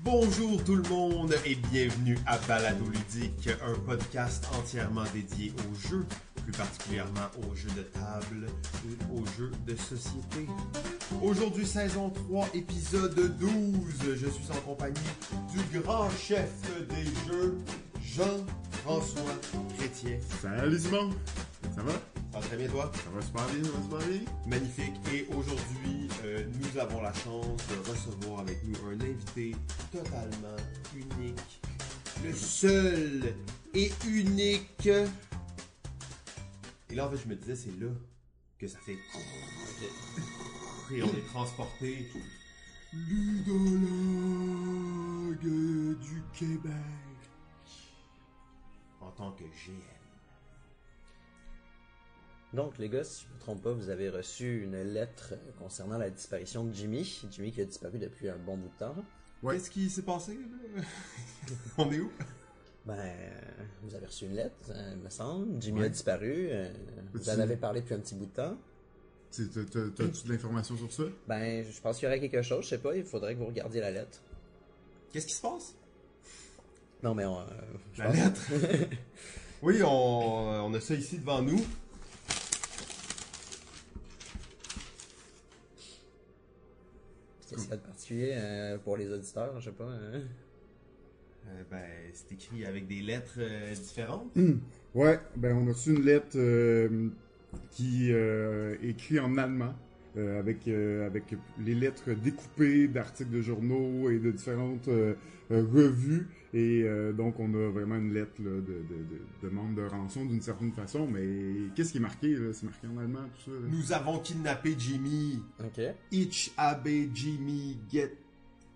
Bonjour tout le monde et bienvenue à Balado Ludique, un podcast entièrement dédié aux jeux, plus particulièrement aux jeux de table et aux jeux de société. Aujourd'hui, saison 3, épisode 12, je suis en compagnie du grand chef des jeux, Jean-François Chrétien. Salut Simon! Ça va? Ça va très bien toi? Ça va super bien, ça va super bien? Magnifique. Et aujourd'hui, euh, nous avons la chance de recevoir avec nous un invité totalement unique. Le seul et unique. Et là, en fait, je me disais, c'est là que ça fait. Et on est transporté. Ludologue du Québec. En tant que GM. Donc, les gars, si je ne me trompe pas, vous avez reçu une lettre euh, concernant la disparition de Jimmy. Jimmy qui a disparu depuis un bon bout de temps. Ouais. Qu'est-ce qui s'est passé, là? on est où? Ben, euh, vous avez reçu une lettre, euh, il me semble. Jimmy Ouais. a disparu. euh, vous en Petit- avez parlé depuis un petit bout de temps. Tu- t'as- t'as- T'as-tu de l'information sur ça? Ben, je pense qu'il y aurait quelque chose, je sais pas, il faudrait que vous regardiez la lettre. Qu'est-ce qui se passe? Non, mais on, euh, je La pense- lettre. oui, on, on a ça ici devant nous. Qu'est-ce qu'il y a de particulier euh, pour les auditeurs, je sais pas. hein? Euh, ben, c'est écrit avec des lettres euh, différentes. Ouais, ben on a reçu une lettre euh, qui euh, est écrite en allemand, euh, avec, euh, avec les lettres découpées d'articles de journaux et de différentes euh, euh, revues. Et euh, donc on a vraiment une lettre là, de, de, de demande de rançon d'une certaine façon, mais qu'est-ce qui est marqué là? C'est marqué en allemand tout ça? là? Nous avons kidnappé Jimmy. Ok, Each abbé Jimmy get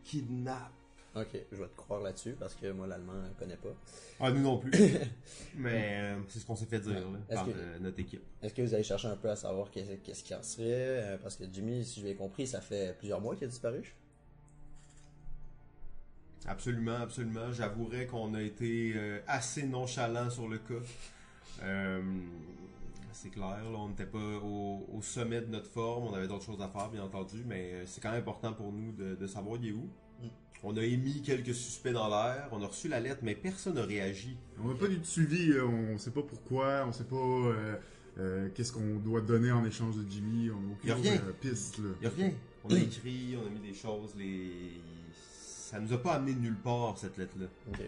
kidnapped. ok, je vais te croire là-dessus parce que moi, l'allemand, euh, connais pas. Ah, nous non plus. Mais euh, c'est ce qu'on s'est fait dire là, Est-ce par que- euh, notre équipe. Est-ce que vous allez chercher un peu à savoir qu'est- qu'est-ce qui en serait? euh, Parce que Jimmy, si je l'ai compris, ça fait plusieurs mois qu'il a disparu. Absolument, absolument. J'avouerais qu'on a été euh, assez nonchalant sur le cas. Euh, c'est clair, là, on n'était pas au, au sommet de notre forme, on avait d'autres choses à faire, bien entendu, mais euh, c'est quand même important pour nous de, de savoir il est où. Mm. On a émis quelques suspects dans l'air, on a reçu la lettre, mais personne n'a réagi. On n'a pas du tout suivi, euh, on sait pas pourquoi, on sait pas euh, euh, qu'est-ce qu'on doit donner en échange de Jimmy, on n'a Y a aucune rien. euh, piste. Là. Il a rien. On a écrit, on a mis des choses, les... ça nous a pas amené de nulle part, cette lettre-là. Ok.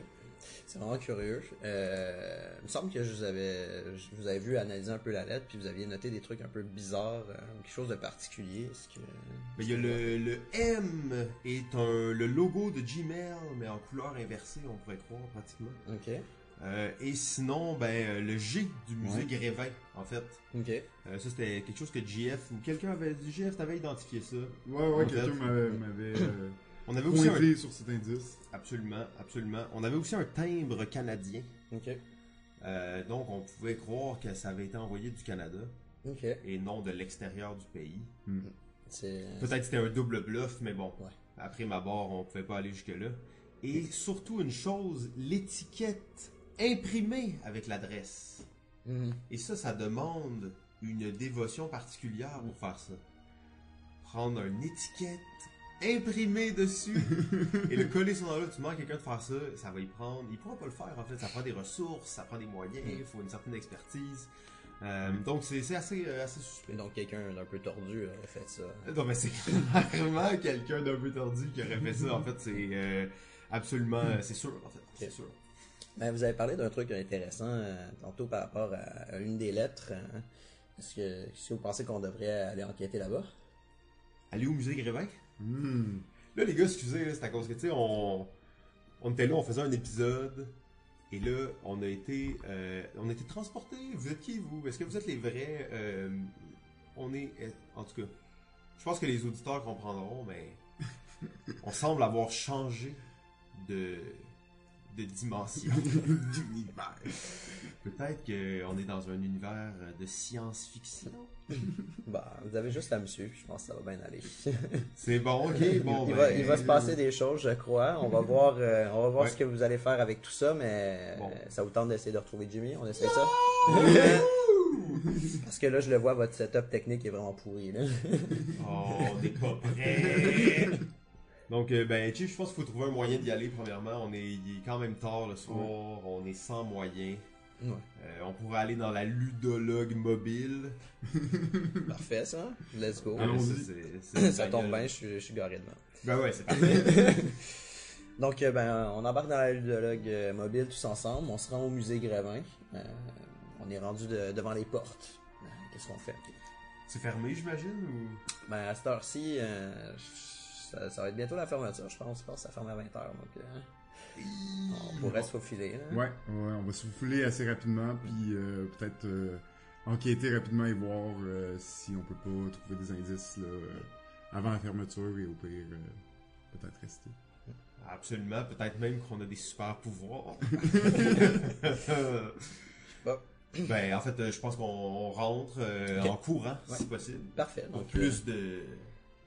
C'est vraiment curieux. Euh, il me semble que je vous avais, je vous avais vu analyser un peu la lettre, puis vous aviez noté des trucs un peu bizarres, euh, quelque chose de particulier. Est-ce que... Mais il y a le, le M est un, le logo de Gmail, mais en couleur inversée, on pourrait croire pratiquement. Ok. Euh, et sinon, ben euh, le G du musée Ouais. Grévin, en fait. Ok. Euh, ça, c'était quelque chose que JF ou quelqu'un avait dit. JF, t'avais identifié ça. Ouais, ouais, En quelqu'un fait, m'avait oui. m'avait, euh, On avait aussi un... pointé sur cet indice. Absolument, absolument. On avait aussi un timbre canadien. Ok. Euh, donc, on pouvait croire que ça avait été envoyé du Canada Ok. et non de l'extérieur du pays. C'est. Peut-être que c'était un double bluff, mais bon. Ouais. Après ma barre, on pouvait pas aller jusque-là. Et surtout une chose, l'étiquette imprimée avec l'adresse. Mhm. Et ça, ça demande une dévotion particulière pour faire ça. Prendre une étiquette, imprimer dessus et le coller sur l'enveloppe. Tu demandes à quelqu'un de faire ça, ça va y prendre. Il pourra pas le faire en fait. Ça prend des ressources, ça prend des moyens, il faut une certaine expertise. Euh, donc c'est c'est assez, euh, assez suspect. Donc quelqu'un d'un peu tordu aurait fait ça. Non, mais c'est clairement quelqu'un d'un peu tordu qui aurait fait ça. En fait, c'est euh, absolument. C'est sûr, en fait. C'est sûr. Ben, vous avez parlé d'un truc intéressant euh, tantôt par rapport à, à une des lettres. hein. Est-ce que, est-ce que vous pensez qu'on devrait aller enquêter là-bas? Allez au musée Grévin. Hmm. Là, les gars, excusez, là, c'est à cause que, tu sais, on... on était là, on faisait un épisode, et là, on a été, euh, on a été transportés. Vous êtes qui, vous Est-ce que vous êtes les vrais euh, On est. euh, En tout cas, je pense que les auditeurs comprendront, mais on semble avoir changé de, de dimension, d'univers. Peut-être qu'on est dans un univers de science-fiction. Bah, vous avez juste à me suivre, je pense que ça va bien aller. C'est bon, ok, bon. ben, il, va, il va se passer des choses, je crois. On va voir, euh, on va voir Ouais. ce que vous allez faire avec tout ça, mais Bon. euh, ça vous tente d'essayer de retrouver Jimmy On essaie ça Parce que là, je le vois, votre setup technique est vraiment pourri. Là. Oh, on n'est pas prêt. Donc, euh, ben, tu sais, je pense qu'il faut trouver un moyen d'y aller, premièrement. On est, il est quand même tard le soir, on est sans moyen. Ouais. Euh, on pourrait aller dans la ludologue mobile. Parfait, ça. Let's go. Ah, mais Allons-y. ça, c'est- c'est- ça tombe bien, je suis, je suis garé de main. Ben ouais, c'est parfait. Donc, euh, ben, on embarque dans la ludologue euh, mobile tous ensemble. On se rend au musée Grévin. Euh, on est rendu de- devant les portes. Euh, Qu'est-ce qu'on fait? c'est fermé, j'imagine, ou... Ben, à cette heure-ci, euh, ça, ça va être bientôt la fermeture, je pense. Je pense que ça ferme à 20h. Donc, euh, Ah, on pourrait se faufiler. hein. là. Ouais, ouais, on va souffler assez rapidement, puis euh, peut-être euh, enquêter rapidement et voir euh, si on peut pas trouver des indices là, euh, avant la fermeture et au pire, euh, peut-être rester. Absolument, peut-être même qu'on a des super pouvoirs. Bon. ben, en fait, euh, je pense qu'on on rentre euh, Ok. en courant, si Ouais. possible. Parfait. Pour Donc, plus de... euh,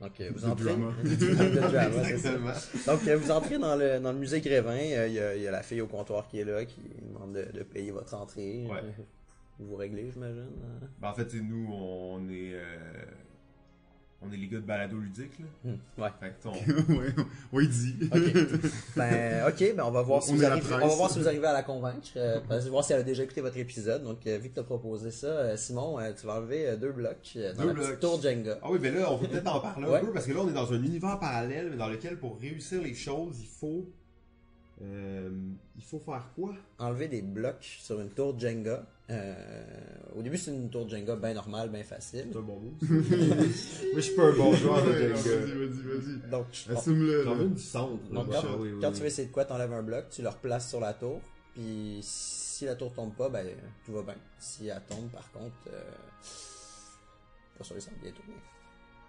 donc, euh, vous De entrez. drama. De drama, c'est ça. Exactement. Donc, euh, vous entrez dans le, dans le musée Grévin, euh, il y, a- il y a la fille au comptoir qui est là, qui demande de, de payer votre entrée. Ouais. Euh, Vous réglez, j'imagine. hein? Ben, en fait, c'est nous, on est... euh, On est les gars de balado ludique, là. Hmm, Ouais. Fait que, t'sais, on- ouais, on y dit. Ok. Ben, ok, ben on va voir si On vous est la arrivez, presse. on va voir si vous arrivez à la convaincre. euh, parce que voir si elle a déjà écouté votre épisode. Donc, euh, vu que t'as proposé ça, euh, Simon, euh, tu vas enlever euh, deux blocs euh, dans Deux la petite blocs. tour Jenga. Ah oui, ben là, on peut peut-être en parler un Ouais. peu, parce que là, on est dans un univers parallèle, mais dans lequel, pour réussir les choses, il faut... euh, il faut faire quoi? Enlever des blocs sur une tour Jenga. Euh, au début, c'est une tour Jenga bien normale, bien facile. C'est un bon mot. ça. Moi, je suis pas un bon joueur de Ouais, non, Jenga. Vas-y, vas-y, vas-y. Donc, je- Assume-le. Ah. J'en là. veux du centre. là. Donc, quand, Ah oui, oui, quand oui. tu veux essayer de quoi, t'enlèves un bloc, tu le replaces sur la tour, puis si la tour tombe pas, ben tout va bien. Si elle tombe, par contre, euh, pas sûr que ça va bien tourner.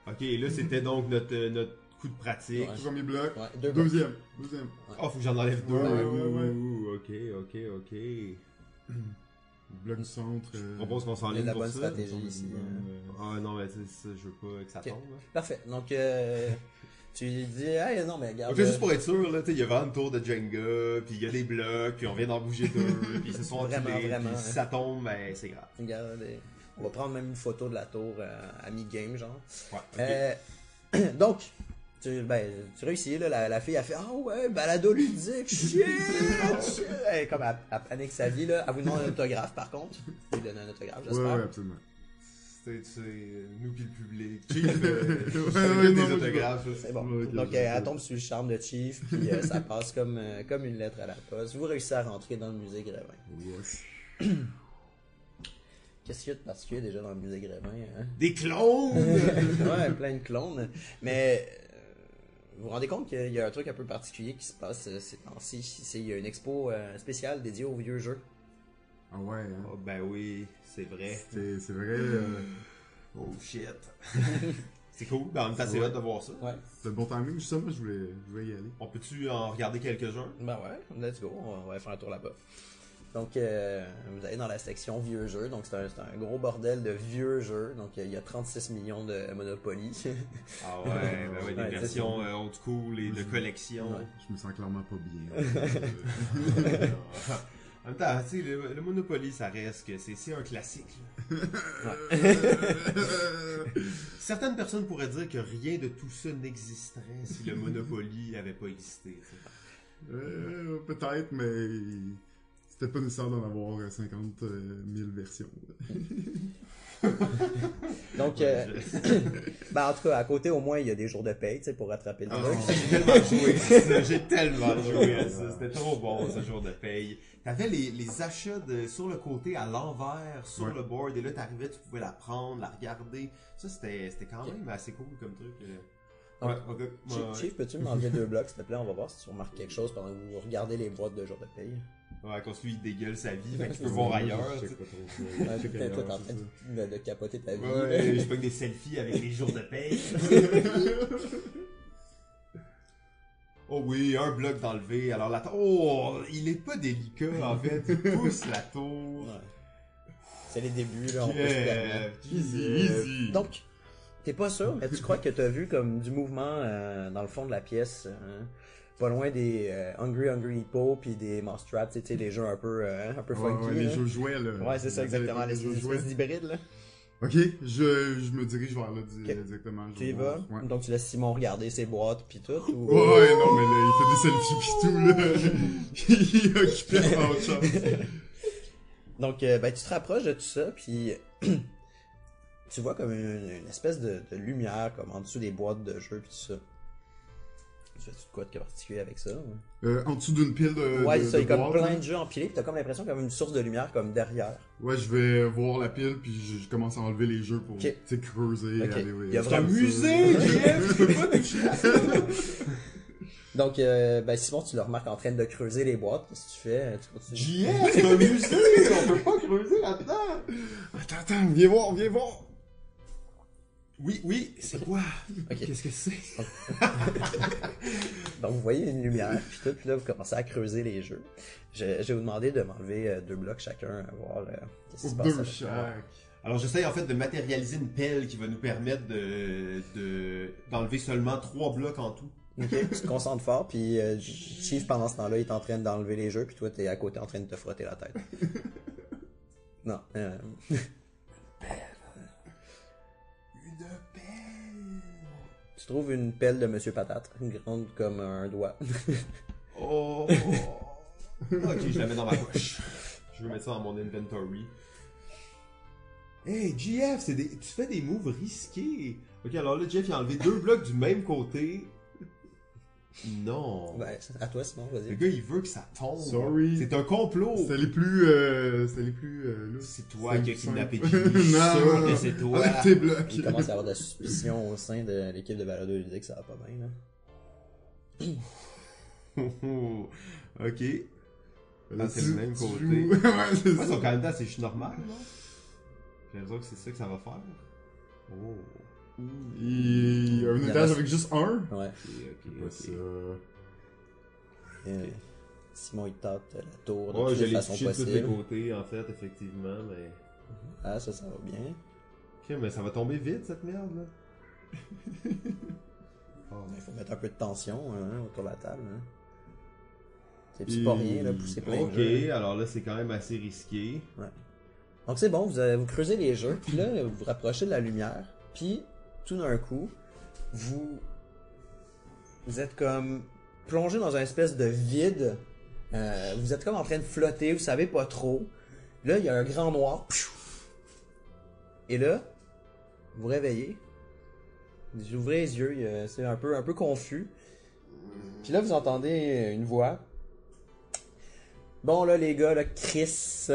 Ok, là, c'était donc notre, euh, notre coup de pratique. Ouais. Premier bloc. Ouais, deux blocs. Deuxième. Deuxième. Oh, faut que j'en enlève deux. Ouais, ouais, ouais, ouais. Ouh, Ok, ok, ok. Bloc du centre. Je euh, propose qu'on Il y s'enlève a de la pour bonne ça. stratégie ici. Ah non, mais tu sais, ça, je veux pas que ça Ok. tombe. hein. Parfait. Donc, euh, tu lui dis, hey, non, mais regarde. euh, Ok, juste pour être sûr, là, tu sais, il y a vraiment une tour de Jenga, puis il y a des blocs, puis on vient d'en bouger deux, puis ils se sont Vraiment, enculés, vraiment, puis si hein. ça tombe, ben c'est grave. euh, regarde, euh, on va prendre même une photo de la tour euh, à mi-game, genre. Ouais, ok. Euh, donc, tu, ben, tu réussis, là, la, la fille a fait Ah ouais, balado ludique, shit! shit. Elle, comme elle, elle panique sa vie, là. Elle vous demande un autographe par contre. Vous lui donnez un autographe, Ouais, j'espère. ouais, absolument. C'est c'est, euh, nous qui le public. Chief, euh, Ouais, je ouais, savais ouais, des non, autographes. là. C'est bon. Ouais, ok, Donc, je euh, vois. elle tombe sur le charme de Chief, puis euh, ça passe comme, euh, comme une lettre à la poste. Vous réussissez à rentrer dans le musée Grévin. Yes. Qu'est-ce qu'il y a de particulier déjà dans le musée Grévin hein? Des clones! ouais, plein de clones. Mais euh, vous vous rendez compte qu'il y a un truc un peu particulier qui se passe euh, ces temps-ci. C'est il y a une expo euh, spéciale dédiée aux vieux jeux. Ah ouais, hein. oh, ben oui, c'est vrai. C'est c'est vrai, euh, Oh shit. c'est cool, ben, en même temps, c'est Ouais. hot de voir ça. Ouais. c'est le bon timing, justement, je voulais, je voulais y aller. On peut-tu en regarder quelques-uns? Ben ouais, let's go, on va faire un tour là-bas. Donc, euh, vous allez dans la section vieux jeux. Donc, c'est un, c'est un gros bordel de vieux jeux. Donc, il y a 36 millions de Monopoly. Ah ouais, ben ouais, des Ouais, versions euh, old school et de collection. Ouais. Je me sens clairement pas bien. en même temps, tu sais, le, le Monopoly, ça reste que c'est c'est un classique. là. Certaines personnes pourraient dire que rien de tout ça n'existerait si le Monopoly avait pas existé. tu sais. Euh, Peut-être, mais c'était pas nécessaire d'en avoir euh, 50 000 versions. Donc, euh, Je- ben, en tout cas, à côté, au moins, il y a des jours de paye, tu sais, pour rattraper le Ah, truc. J'ai tellement joué à ça, j'ai tellement joué à ça, c'était trop bon ce jour de paye. T'avais les, les achats de, sur le côté, à l'envers, sur Ouais. le board, et là t'arrivais, tu pouvais la prendre, la regarder. Ça c'était c'était quand même assez cool comme truc. euh. Ouais. Ouais, ok. Chief, Ouais, ouais. Chief, peux-tu m'enlever deux blocs, s'il te plaît? On va voir si tu remarques quelque chose pendant que vous regardez les boîtes de jours de paye. Ouais, qu'on se lui, il dégueule sa vie, fait que tu peux voir ailleurs. tu sais. Ouais, Check peut-être toi, t'es en ailleurs, train c'est de, de capoter ta vie. Ouais, je fais des selfies avec les jours de paye. Oh oui, un bloc d'enlevé. Alors la tour. Oh, il est pas délicat en fait. Il pousse la tour. Ouais. C'est les débuts, là, on peut se permettre. Euh, Yeah, Easy, yeah. easy. Donc, t'es pas sûr, mais tu crois que t'as vu comme du mouvement euh, dans le fond de la pièce, hein, pas loin des euh, Hungry Hungry Hippo puis des Mousetrap, tu sais, les jeux un peu, euh, un peu Ouais, funky. ouais, les là. jeux jouets, là. Ouais, c'est ça, Vous avez exactement, fait les des jeux espèces jouets. d'hybrides, là. Ok, je, je me dirige vers là di- Ok. directement. je Tu y vas? vois. Ouais. Donc tu laisses Simon regarder ses boîtes puis tout? Ou... Ouais, non, mais là, il fait des selfies pis tout, là. il est occupé à autre chose. Donc, euh, ben, tu te rapproches de tout ça, puis tu vois comme une, une espèce de, de lumière, comme en dessous des boîtes de jeux, puis tout ça. Tu fais de quoi de particulier avec ça? ou? Euh, en dessous d'une pile de. ouais, de- c'est ça, il y de a comme boîtes, plein là. de jeux empilés, puis t'as comme l'impression comme une source de lumière comme derrière. Ouais, je vais voir la pile puis je, je commence à enlever les jeux pour, Ok. tu sais, creuser. Ok. Aller, Il y a C'est C'est un vraiment- musée, JF, tu peux pas toucher à ça. Donc, euh, ben, Simon, tu le remarques en train de creuser les boîtes, qu'est-ce que tu fais? Tu continues? JF, c'est un musée, on peut pas creuser là-dedans. Attends, attends, viens voir, viens voir. Oui, oui, c'est quoi? Ok. Qu'est-ce que c'est? Donc, vous voyez une lumière, puis tout, puis là, vous commencez à creuser les jeux. Je, je vais vous demander de m'enlever euh, deux blocs chacun, à voir euh, qu'est-ce qui se passe. Deux avec- chaque. Alors j'essaye en fait de matérialiser une pelle qui va nous permettre de de- d'enlever seulement trois blocs en tout. Ok, tu te concentres fort, puis euh, Chief, pendant ce temps-là, il est en train d'enlever les jeux, puis toi, t'es à côté en train de te frotter la tête. Non. euh, Une pelle. tu trouves une pelle de Monsieur Patate, grande comme un doigt. Oh. ok, je la mets dans ma poche. Je veux mettre ça dans mon inventory. Hey, JF, c'est des- tu fais des moves risqués. Ok, alors là, JF, il a enlevé deux blocs du même côté. Non. Ben, à toi, Simon, Le vas-y. gars, il veut que ça tombe. Sorry. C'est un complot. C'était les plus. Euh, C'était les plus. Euh, là. C'est toi qui as kidnappé Non, Jimmy. Je suis non, sûr non. que c'est toi. Enlève tes Il blocs. commence à avoir de la suspicion au sein de l'équipe de balado ludique, ça va pas bien, là. ok. Là, c'est le tu- même tu côté. joues. ouais, c'est Ouais, ils ça. sont quand même assez juste normal, non? J'ai l'impression que c'est ça que ça va faire. Oh. Il y a Il y en un a- étage avec juste un. Ouais. Ok, ok, Ouais, ok. ça. Euh, Simon, il tente la tour de Ouais, toutes je les l'ai façons touché de tous les possibles. côtés, en fait, effectivement, mais... Ah, ça, ça va bien. Ok, mais ça va tomber vite, cette merde, là. Il ben, faut mettre un peu de tension hein, autour de la table. hein. C'est c'est pas rien, là, pousser plein de Ok, jeux. alors là, c'est quand même assez risqué. Donc c'est bon, vous, avez- vous creusez les jeux, puis là, vous vous rapprochez de la lumière, puis tout d'un coup, vous, vous êtes comme plongé dans un espèce de vide. Euh, vous êtes comme en train de flotter, vous savez pas trop. Là, il y a un grand noir. Pfiou. Et là, vous vous réveillez. Vous ouvrez les yeux, il y a- c'est un peu, un peu confus. Puis là, vous entendez une voix. Bon, là, les gars, là, Chris,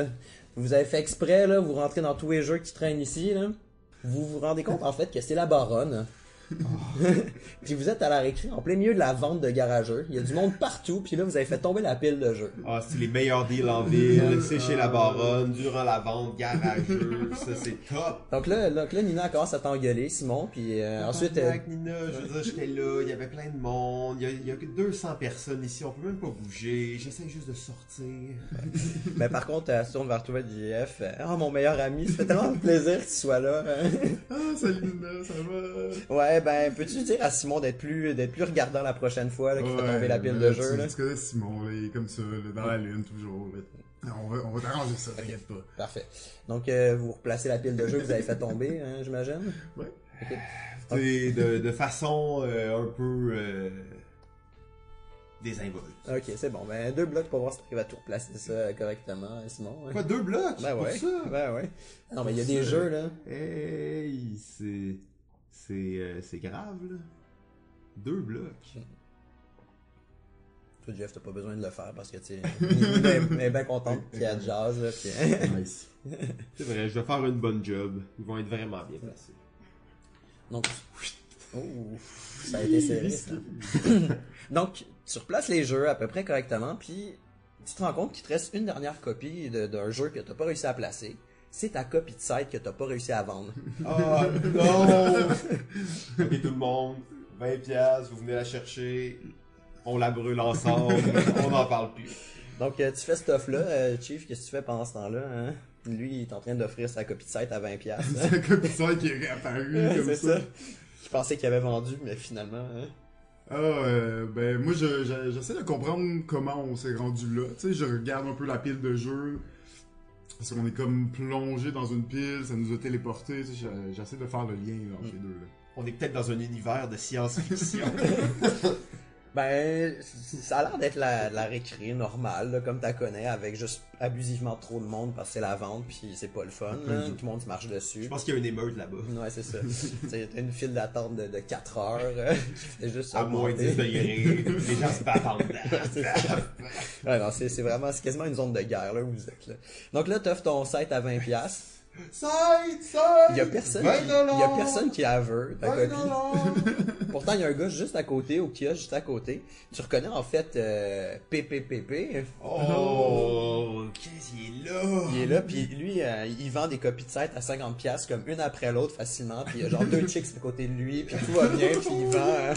vous avez fait exprès, là, vous rentrez dans tous les jeux qui traînent ici, là. Vous vous rendez compte, en fait, que c'est la baronne. puis vous êtes à la récré en plein milieu de la vente de garageux. Il y a du monde partout, puis là, vous avez fait tomber la pile de jeux. Ah, c'est les meilleurs deals en ville, c'est chez la baronne, durant la vente, garageux, ça c'est top. Donc là, donc là Nina commence à t'engueuler, Simon, puis euh, ensuite... euh, Tabarnak, Nina, je veux dire, j'étais là, il y avait plein de monde, il y a- il y, a que 200 personnes ici, on peut même pas bouger, j'essaie juste de sortir. mais ben, par contre, elle se tourne vers toi, JF. euh, Oh, mon meilleur ami, ça fait tellement plaisir que tu sois là. Ah, salut, Nina, ça va. ouais, ben, peux-tu dire à Simon d'être plus, d'être plus regardant la prochaine fois, là, qu'il fait Ouais, tomber la pile là, de jeu, tu, là? Tu connais Simon, là, il est comme ça, là, dans la lune, toujours. là. Non, On va, on va t'arranger ça, t'inquiète pas. Parfait. Donc, euh, vous replacez la pile de jeu que vous avez fait tomber, hein, j'imagine? T'sais, de, de façon euh, un peu euh, désinvolte. Ok, c'est bon. Ben, deux blocs pour voir si t'arrives à tout replacer ça correctement, hein, Simon. hein. Quoi, deux blocs? Ben pour ouais. ça? Ben ouais. Non, mais il y a des Ça. jeux, là. Hey, c'est... C'est, euh, c'est grave, là. Deux blocs. Toi, Jeff, t'as pas besoin de le faire parce que, tu sais, Nina est- est bien contente qu'il y a jazz, là. puis- hein. Nice. C'est vrai, je vais faire une bonne job. Ils vont être vraiment bien placés. Donc, oh, ça a été serré. ça. Donc, tu replaces les jeux à peu près correctement, puis tu te rends compte qu'il te reste une dernière copie de- d'un jeu que t'as pas réussi à placer. C'est ta copie de site que t'as pas réussi à vendre. Oh non! ok, tout le monde, 20 piastres, vous venez la chercher, on la brûle ensemble, on n'en parle plus. Donc, euh, tu fais ce stuff-là, euh, Chief, qu'est-ce que tu fais pendant ce temps-là? hein? Lui, il est en train d'offrir sa copie de site à 20$. piastres, hein? C'est un commissaire qui est réapparu Ouais, comme c'est ça. ça. Je pensais qu'il avait vendu, mais finalement. hein. Ah, euh, ben moi, je- je- j'essaie de comprendre comment on s'est rendu là. Tu sais, je regarde un peu la pile de jeux. Parce qu'on est comme plongé dans une pile, ça nous a téléporté. tu sais, j'a- J'essaie de faire le lien là, entre Mm. les deux. là. On est peut-être dans un univers de science-fiction. Ben, c- ça a l'air d'être la, la récré normale, là, comme t'as connais, avec juste abusivement trop de monde parce que c'est la vente, puis c'est pas le fun. là. Tout le monde se marche Je dessus. pense qu'il y a une émeute là-bas. Ouais, c'est ça. T'sais, T'as une file d'attente de, de 4 heures. euh, C'est juste À moins 10 augmenter. degrés, les gens se battent en dedans. C'est ça. Ouais, non, c'est c'est vraiment, c'est quasiment une zone de guerre, là, où vous êtes, là. Donc là, t'offres ton site à 20$. Side, side! Il y a personne, Vingt qui, dollars! il y a personne qui la veut, ta Ouais, copie. non, non. Pourtant, il y a un gars juste à côté, au kiosque juste à côté. Tu reconnais, en fait, euh, PPPP. Oh, qu'est-ce qu'il est là? Il est là, puis lui, euh, il vend des copies de site à 50$, comme une après l'autre, facilement. Puis il y a genre deux chicks à côté de lui, puis tout va bien, puis il vend... euh,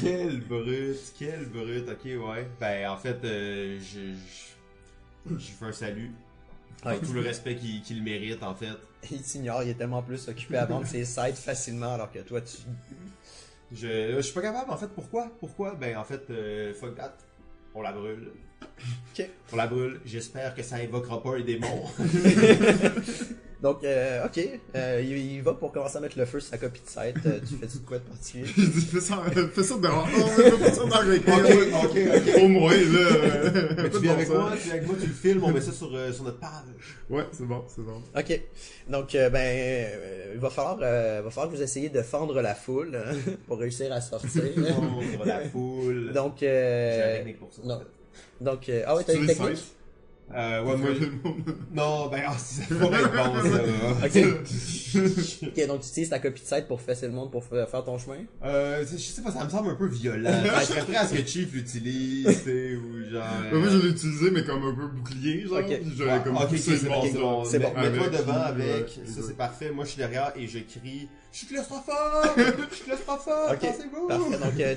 Quel brut, quel brut, ok, ouais. Ben, en fait, euh, je, je, je fais un salut. Ouais. Tout le respect qu'il qu'il mérite, en fait. Il t'ignore, il est tellement plus occupé à vendre ses sites facilement alors que toi tu. Je, je suis pas capable, en fait, pourquoi? Pourquoi? Ben, en fait, euh, fuck that. On la brûle. Ok. On la brûle. J'espère que ça invoquera pas un démon. Donc, euh, ok, euh, il, il va pour commencer à mettre le feu sur sa copie de site. Euh, tu fais-tu de quoi de particulier Il dit, fais ça, fais ça dehors. Oh, fais ça dans le ok, ok, ok. Au moins, là. euh, Mais tu Fais viens bon avec ça. moi, tu viens avec moi, tu le filmes, on met ça sur, euh, sur notre page. Ouais, c'est bon, c'est bon. Ok, donc euh, ben, euh, il va falloir, euh, va falloir que vous essayiez de fendre la foule hein, pour réussir à sortir. Contre la foule. donc, J'ai la euh, technique pour ça. en non. fait. donc, euh, ah ouais, t'as Sur une les technique. sites, Euh, ouais, moi, tout le monde. Non, ben, ah, si ça pourrait être bon, ça. Ok. ok, donc tu utilises ta copie de site pour fesser le monde pour fa- faire ton chemin. Euh, je sais pas, ça me semble un peu violent. je serais prêt à ce que Chief l'utilise, tu sais, ou genre. Ouais, Moi, je l'ai utilisé, mais comme un peu bouclier, genre. Ok. puis Ah, J'avais comme ok, ok, poussé c'est le bon, c'est bon. bord. C'est Mets- bon. Mets-toi Avec, devant ouais, avec. ça, exact. c'est parfait. Moi, je suis derrière et je crie Je suis claustrophobe Je suis claustrophobe Ok, Pensez-vous Parfait, donc euh,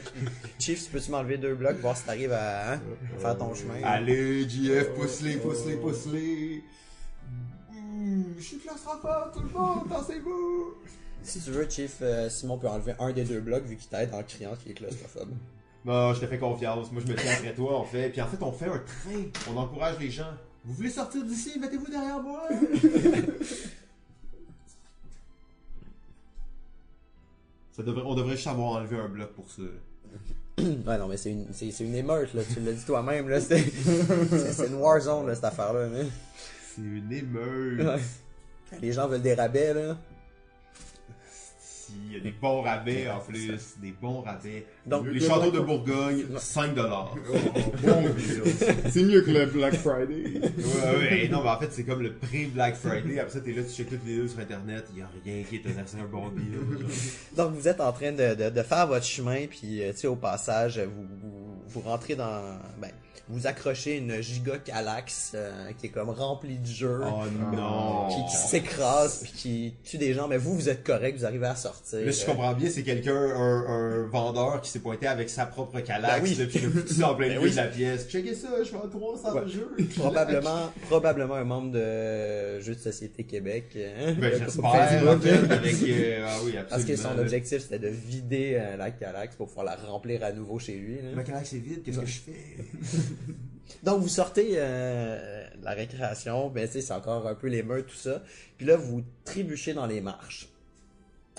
Chiefs, peux-tu m'enlever deux blocs, voir si t'arrives à hein, faire ton chemin Allez, JF, pousse-les, pousse-les, pousse-les. Mm, Je suis claustrophobe, tout le monde, pensez-vous Si tu veux, Chief, euh, Simon peut enlever un des deux blocs vu qu'il t'aide en criant qu'il est claustrophobe. Non, je te fais confiance. Moi, je me tiens après toi, en fait. Puis en fait, on fait un train. On encourage les gens. Vous voulez sortir d'ici Mettez-vous derrière moi. ça devrait, on devrait juste avoir enlevé un bloc pour ça. ouais, non, mais c'est une, c'est, c'est une émeute, là. Tu l'as dit toi-même, là. C'est, c'est, c'est une warzone, là, cette affaire-là. là. C'est une émeute. Ouais. Les gens veulent des rabais, là. S'il y a des bons rabais en plus, des bons rabais. Donc, les châteaux de Bourgogne, 5 dollars. Bon, Oh, c'est mieux que le Black Friday. Ouais, ouais, et non, mais en fait, c'est comme le pré-Black Friday. Après ça, t'es là, tu checkes toutes les vidéos sur Internet. Il n'y a rien qui est assez un bon deal. Donc, vous êtes en train de, de, de faire votre chemin, puis, euh, tu sais, au passage, vous, vous, vous rentrez dans. Ben, vous accrochez une giga calax euh, qui est comme remplie de jeux. Oh non. Qui, qui s'écrase puis qui tue des gens, mais vous, vous êtes correct, vous arrivez à sortir. Là, si je Euh, comprends bien, c'est quelqu'un, un, un vendeur qui s'est pointé avec sa propre calax, Ben oui. là, puis le petit en plein Ben milieu oui. de la pièce. Checkez ça, je vends 300 Ouais. jeux. Probablement, probablement un membre de euh, Jeux de Société Québec. hein, Ben, le groupe j'espère, en Facebook, hein, fait, avec, euh, ah oui, absolument. Parce que son objectif, c'était de vider euh, la Calax pour pouvoir la remplir à nouveau chez lui. là. Ma calax est vide, qu'est-ce que je fais? Donc, vous sortez euh, de la récréation, ben, tu sais, c'est encore un peu l'émeute, tout ça. Puis là, vous trébuchez dans les marches.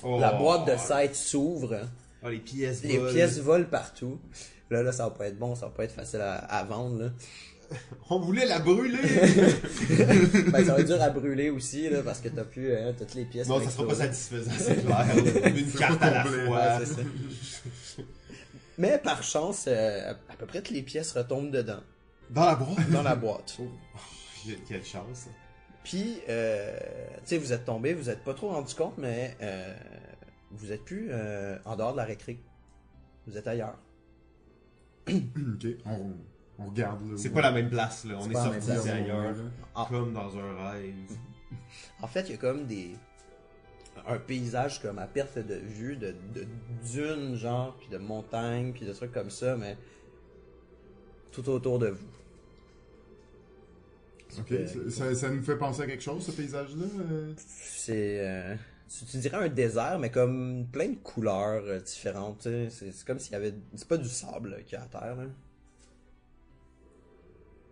Oh. La boîte de site s'ouvre. Oh, les pièces Les volent. pièces volent partout. Là, là, ça va pas être bon, ça va pas être facile à, à vendre. Là. On voulait la brûler! Ben, ça va être dur à brûler aussi, là, parce que t'as plus euh, toutes les pièces. non, qui ça sera ont pas explosé. satisfaisant, c'est clair. Une carte à la complet. fois. Ouais, c'est ça. Mais par chance, euh, à peu près toutes les pièces retombent dedans, Dans la boîte? dans la boîte. J'ai- Quelle chance. Puis, euh, tu sais, vous êtes tombé, vous êtes pas trop rendu compte, mais euh, vous êtes plus euh, en dehors de la récré. Vous êtes ailleurs. ok, on, on regarde. là, C'est ouais. pas la même place, là. On C'est est, pas la sortis même sorti place. ailleurs. Ah. Comme dans un rêve. En fait, il y a comme des un paysage comme à perte de vue, de, de dunes genre, puis de montagnes, puis de trucs comme ça, mais tout autour de vous. Ok, ça- ça, ça nous fait penser à quelque chose, ce paysage-là. euh? c'est euh, tu, tu dirais un désert mais comme plein de couleurs euh, différentes tu sais. c'est c'est comme s'il y avait c'est pas du sable là, qu'il y a à terre là.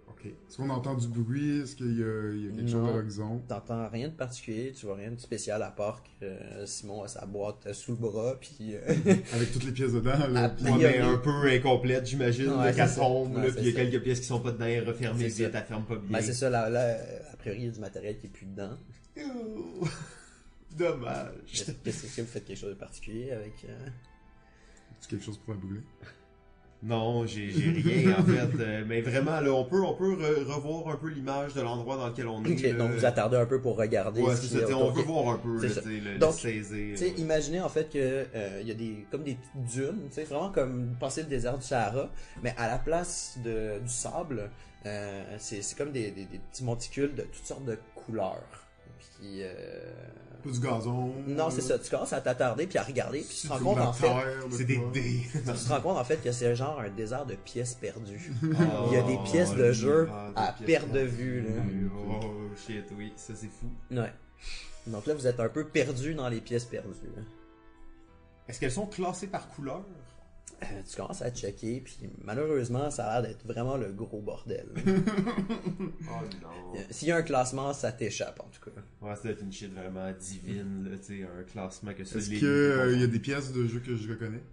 Ok. Ok. Est-ce qu'on entend du bruit? Est-ce qu'il y a, il y a quelque chose Non. à l'horizon? T'entends rien de particulier, tu vois rien de spécial à part que euh, Simon a sa boîte euh, sous le bras, puis euh, Avec toutes les pièces dedans, Ah, là, puis- Ouais, Il y a- mais un peu incomplète, j'imagine, Ouais, le c'est ça. cassombe, Ouais, là, c'est puis il y a ça. quelques pièces qui sont pas dedans, refermées, C'est puis ça. t'as ferme pas bien. ben, c'est ça, là, là, euh, a priori il y a du matériel qui est plus dedans. Ouh. Dommage. Qu'est-ce qu'est-ce que vous faites quelque chose de particulier avec... euh, C'est quelque chose pour la brûler. Non, j'ai j'ai rien en fait. Euh, mais vraiment, là, on peut, on peut re- revoir un peu l'image de l'endroit dans lequel on est. Ok, là. donc vous attardez un peu pour regarder. Euh, Ouais, ce c'est qu'il y ça. a t'sais, On autour. veut voir un peu, C'est là, ça. t'sais, le, Donc, le saisir. Tu sais, ouais. imaginez en fait que euh, il y a des comme des petites dunes, tu sais, vraiment comme penser le désert du Sahara, mais à la place de, du sable, euh, c'est c'est comme des, des- des petits monticules de toutes sortes de couleurs. Puis euh, Pas du gazon. non, c'est ça. Tu commences à t'attarder puis à regarder, puis tu te C'est rends de compte la en fait, terre, de C'est des quoi. dés. tu te rends compte en fait que c'est genre un désert de pièces perdues. Oh, Il y a des pièces de jeu à des pièces perte de vue là. perdues. Oh shit, oui, ça c'est fou. Ouais. Donc là, vous êtes un peu perdu dans les pièces perdues. là. Est-ce qu'elles sont classées par couleur Euh, Tu commences à checker, puis malheureusement, ça a l'air d'être vraiment le gros bordel. Oh non. Euh, S'il y a un classement, ça t'échappe en tout cas. Ouais, ça doit être une shit vraiment divine, là, tu sais, un classement que Est-ce celui qu'il y a des pièces de jeu que je reconnais?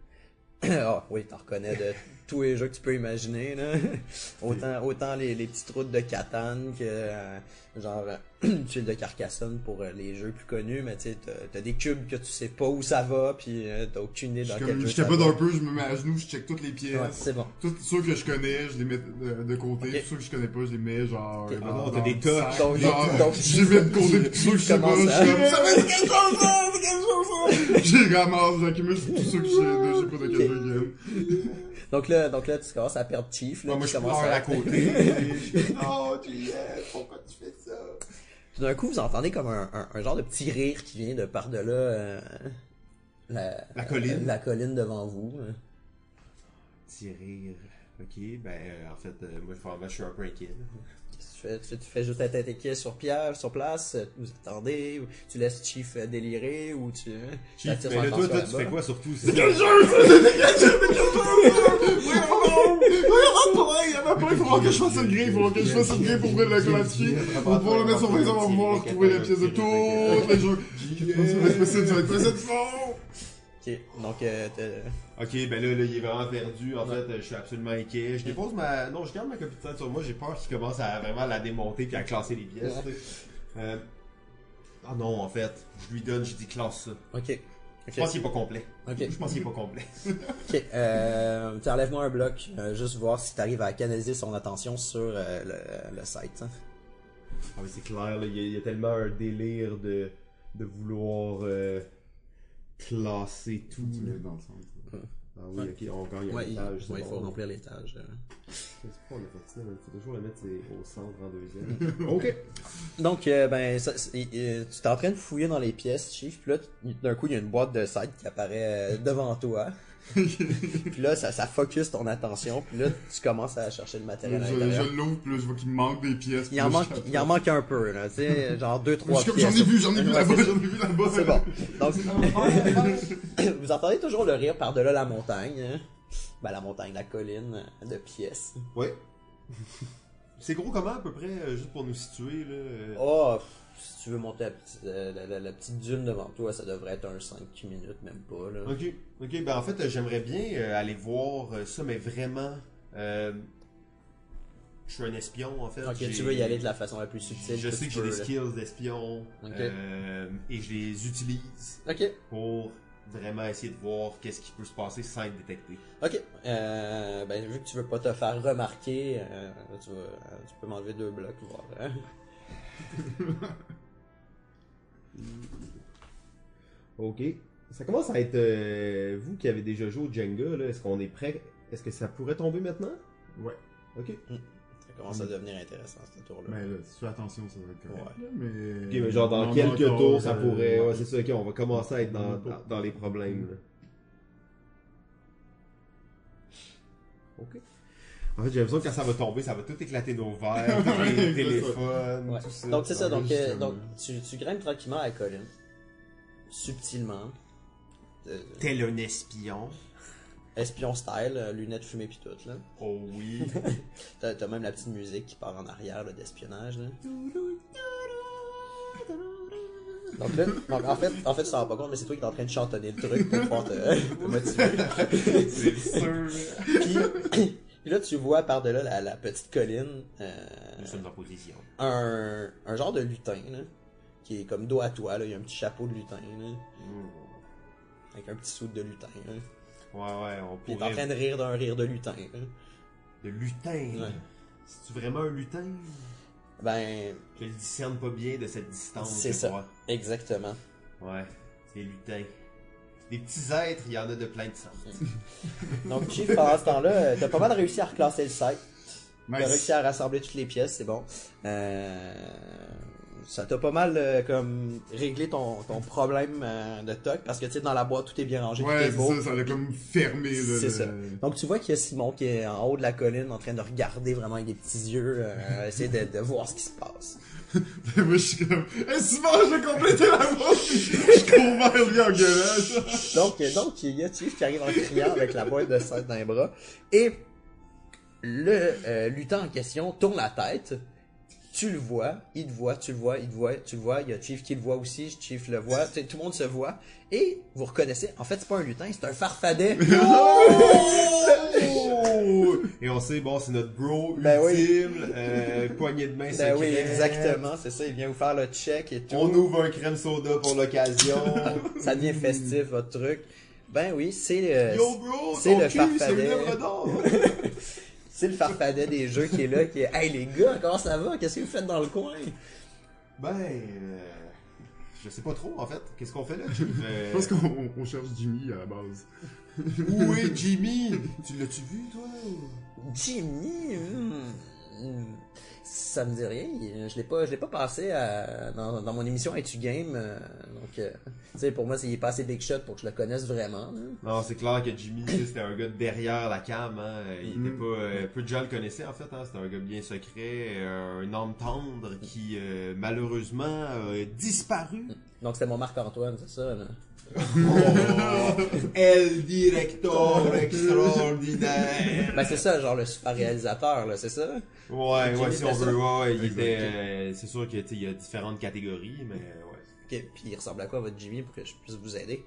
Ah oui, t'en reconnais de tous les jeux que tu peux imaginer. Là. Autant, autant les, les petites routes de Catane que euh, genre euh, une tuile de Carcassonne pour euh, les jeux plus connus, mais tu sais, t'as- t'as des cubes que tu sais pas où ça va, puis euh, t'as aucune idée Je dans suis quel comme, jeu je ça capote va. un peu, je me mets à genoux, je check toutes les Ouais, pièces. c'est bon. Toutes ceux que je connais, je les mets de, de côté. Ok. Tous ceux que je connais pas, je les mets genre. Ok. dans- Ah non, dans t'as des le tocs. sac. Donc, Genre, donc- je les mets de côté. Puis tous ceux que je sais pas, Commence à- je suis comme, ça va être Quelque chose, là, quelque chose, là. Je les ramasse, j'accumule tous ceux que je sais je sais pas de quel jeu ils viennent. Donc là, donc là, tu commences à perdre Chief. Là, Ouais, moi, tu je commences pleure à- à côté. oh, Juliette, pourquoi tu fais ça? Tout d'un coup, vous entendez comme un, un- un genre de petit rire qui vient de par-delà euh, la, La colline. la colline devant vous. hein. là. Petit rire. Ok, ben, euh, en fait, euh, moi, probablement, je suis un peu inquiet. là. Qu'est-ce que tu fais? Tu, tu fais juste la tête équille sur pierre, sur place, euh, vous attendez, ou tu laisses Chief euh, délirer, ou tu... hein? t'attires son Mais ben, là, toi, attention toi, tu là-bas. fais quoi surtout? C'est Quel jeu Il y avait pas, il faut voir que je fasse une grille, il faut voir que je fasse une grille pour ouvrir le classifier. Pour pouvoir le mettre sur maison, on va pouvoir retrouver les pièces de tous les jeux. Ça va être possible, ça va être possible. Non Ok, donc euh, t'as- Ok, ben là, là, il est vraiment perdu. En fait, euh, je suis absolument inquiet. Je dépose ma. Non, je garde ma copie de tête sur moi. J'ai peur qu'il commence à vraiment la démonter puis à classer les pièces. tu sais. Euh, Ah non, en fait, je lui donne, je dis classe ça. Ok. Ok, Je pense qu'il est pas complet. ok, Je pense qu'il est pas complet. ok. Euh, tu enlèves moi un bloc, euh, juste voir si t'arrives à canaliser son attention sur euh, le, le site. hein. Ah mais c'est clair, là, il y, a- il y a tellement un délire de, de vouloir euh, classer tout. là. Ah oui, ok, on gagne un Ouais, il, étage. c'est ouais, il bon. faut remplir l'étage. euh. Qu'est-ce qu'on a fait ça, mais Il faut toujours le mettre c'est au centre en deuxième. ok. Donc, euh, ben, ça, c'est- euh, tu t'es en train de fouiller dans les pièces, Chief, puis là, tu- d'un coup, il y a une boîte de side qui apparaît euh, devant toi. puis là, ça, ça focus ton attention, puis là, tu commences à chercher le Je, matériel à l'intérieur. je l'ouvre, puis là, je vois qu'il me manque des pièces. Il en manque, il en manque un peu, là, tu sais, genre deux, trois J'en pièces. ai vu, j'en ai vu Ouais, là-bas, c'est- j'en ai vu là-bas. C'est bon. Donc, vous entendez toujours le rire par-delà la montagne, hein. Ben, la montagne, la colline euh, de pièces. Ouais. c'est gros comment à peu près, euh, juste pour nous situer là euh, Oh, pff, si tu veux monter la petite, euh, la- la- la petite dune devant toi, ça devrait être un 5 minutes, même pas, là. Ok, ok, ben en fait, euh, j'aimerais bien euh, aller voir euh, ça, mais vraiment, euh, je suis un espion en fait. Ok, J'ai- tu veux y aller de la façon la plus subtile. Je sais que j'ai tu des peux, skills d'espion Ok. euh, et je les utilise là. Ok, pour vraiment essayer de voir qu'est-ce qui peut se passer sans être détecté. ok. Euh, ben, vu que tu veux pas te faire remarquer, euh, tu, vas- euh, tu peux m'enlever deux blocs, voir. hein. Ok. Ça commence à être euh, vous qui avez déjà joué au Jenga, là, est-ce qu'on est prêt Est-ce que ça pourrait tomber maintenant Ouais. Euh, Ok. Ça commence à devenir intéressant, ce tour-là. Mais là, si tu fais attention, ça va être correct. là, Mais... Ok, mais genre dans Non, quelques encore, tours, ça euh, pourrait. Ouais, ouais. c'est ça, ok, on va commencer à être dans, dans- dans les problèmes. là. Ok. En fait, j'ai l'impression que quand ça va tomber, ça va tout éclater nos verres, les Ouais, téléphones, Ouais. tout ça. Donc, c'est ça. ça Donc, enregistre, euh, donc là. tu, tu grimpes tranquillement à la colline. Subtilement. Euh, Tel un espion. Espion style, euh, lunettes fumées pis tout, là. Oh oui. T'as t'as même la petite musique qui part en arrière, là, d'espionnage, là. Donc là, donc en fait, en fait, tu t'en rends pas compte, mais c'est toi qui t'es en train de chantonner le truc pour pouvoir te, te motiver. c'est sûr. Puis, puis là, tu vois par-delà la, la petite colline, euh, Nous sommes en position. un, un genre de lutin, là, qui est comme dos à toi, là. Il y a un petit chapeau de lutin, là, Mm. avec un petit soude de lutin, là. Ouais, ouais, on Puis il est en pourrait... train de rire d'un rire de lutin, là. Le lutin. là. Ouais. C'est-tu vraiment un lutin? Ben, Je le discerne pas bien de cette distance. C'est je ça. crois. exactement. Ouais, des lutins. Des petits êtres, il y en a de plein de sortes. Donc, Chief, pendant ce temps-là, euh, t'as pas mal réussi à reclasser le site. T'as réussi Nice. à rassembler toutes les pièces, c'est bon. Euh, ça t'a pas mal euh, comme réglé ton, ton problème euh, de toc parce que tu sais dans la boîte tout est bien rangé, tout Ouais, est c'est beau. ça, ça l'a comme fermé, là. C'est le- ça. Donc tu vois qu'il y a Simon qui est en haut de la colline en train de regarder vraiment avec des petits yeux, euh, essayer de, de voir ce qui se passe. Moi, je suis comme, Eh, souvent, je vais compléter la boîte, puis je suis ouvert, lui, en hein. gueulant, genre. Donc, euh, donc il y a Chief qui arrive en criant avec la boîte de sel dans les bras et le euh, lutin en question tourne la tête. Tu le vois, il te voit, tu le vois, il te voit, tu le vois. Il y a Chief qui le voit aussi, Chief le voit, tu sais, tout le monde se voit. Et vous reconnaissez, en fait, c'est pas un lutin, c'est un farfadet. Oh! Et on sait, bon, c'est notre bro Ben oui. ultime, euh, poignée de main ben secrète. oui, exactement, c'est ça. Il vient vous faire le check et tout. On ouvre un crème soda pour l'occasion. Ça devient festif, votre truc. Ben oui, c'est euh, Yo bro, C'est ton le cul, c'est farfadet. une œuvre d'art. c'est le farfadet des jeux qui est là, qui est Hey les gars, comment ça va? Qu'est-ce que vous faites dans le coin? ben, euh, je sais pas trop en fait. Qu'est-ce qu'on fait là, Chief? Je Euh, pense qu'on on- on cherche Jimmy à la base. Où est Jimmy? Tu l'as-tu vu, toi? Jimmy, hmm, ça me dit rien. Je l'ai pas, je l'ai pas passé à- dans, dans mon émission Hey, tu Game. euh, donc, euh, tu sais, pour moi, c'est il est pas assez big shot pour que je le connaisse vraiment. hein. Non, c'est clair que Jimmy, tu sais, c'était un gars derrière la cam. Hein. Il était pas, euh, peu de gens le connaissaient en fait. Hein. C'était un gars bien secret, euh, un homme tendre qui euh, malheureusement a disparu. Donc, c'était mon Marc-Antoine, c'est ça. là. Oh, El director extraordinaire. Ben, c'est ça, genre le super réalisateur, là, c'est ça. Ouais, ouais, Jimmy si on Fallon. veut, ouais, ouais, il Exact. était. euh, c'est sûr qu'il y a différentes catégories, mais ouais. Ok, Puis, il ressemble à quoi votre Jimmy pour que je puisse vous aider?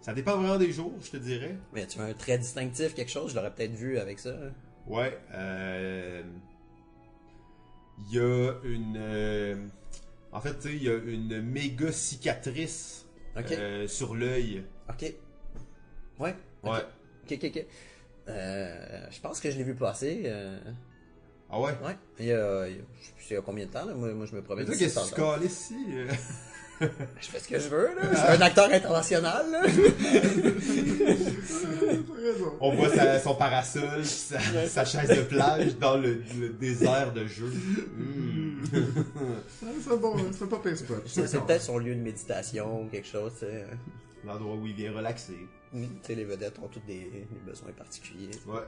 Ça dépend vraiment des jours, je te dirais. Mais tu as un trait distinctif, quelque chose, je l'aurais peut-être vu avec ça. hein. Ouais, euh, il y a une, euh, en fait, tu sais, il y a une méga cicatrice Ok, euh, sur l'œil. ok. Ouais, Ouais. ok, ok, ok. Euh, je pense que je l'ai vu passer. euh, Ah ouais. Ouais. Il y a, il y a- je sais il y a combien de temps, là. Moi, moi, je me promène Mais toi, ici qu'est-ce sans que tu temps. cales ici euh? Je fais ce que je veux, là. Je Ah. suis un acteur international, là. T'as raison. On voit sa- son parasol, sa, sa chaise de plage dans le, le désert de jeu. Hmm. Ah, C'est bon, hein, c'est pas pire spot. C'est c'est D'accord. peut-être son lieu de méditation ou quelque chose, tu sais. L'endroit où il vient relaxer. Tu sais, les vedettes ont tous des, des besoins particuliers. Ouais.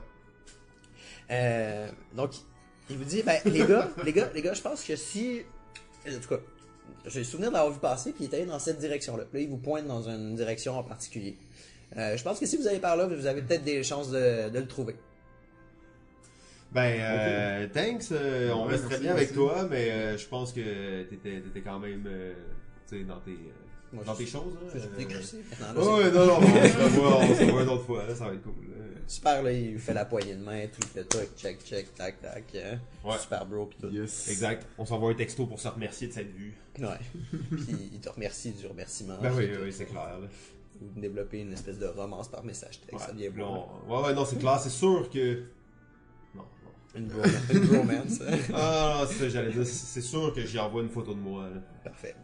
Euh, donc, il vous dit, ben, les gars, les gars, les gars, je pense que si, en tout cas, j'ai le souvenir d'avoir vu passer, puis il est allé dans cette direction-là. Puis là, il vous pointe dans une direction en particulier. Euh, je pense que si vous allez par là, vous avez peut-être des chances de, de le trouver. Ben, euh, thanks, euh, on Ouais, reste très merci, bien avec merci. toi, mais euh, je pense que t'étais, t'étais quand même, euh, tu sais, dans tes, euh, Moi, dans je- tes choses. je vais hein, vous euh, décrusser maintenant, là, Ouais, c'est- ouais, non, non, on se revoit, on se revoit une autre fois, là, ça va être cool. là. Super, là, il fait la poignée de main, tout le truc, check, check, tac, tac. hein. Ouais. Super bro, pis tout. Yes. Exact, on s'envoie un texto pour se remercier de cette vue. Ouais. Puis il te remercie du remerciement. Ben oui, Puis oui, tout. oui, c'est clair. là. Vous développez une espèce de romance par message texte, ça devient Ouais, beau. hein. on- ouais, ouais, non, c'est clair, c'est sûr que. Non, non. Une, bro- une hein. romance. Ah, non, c'est ça, que j'allais dire, c'est c'est sûr que j'y envoie une photo de moi, là. Parfait.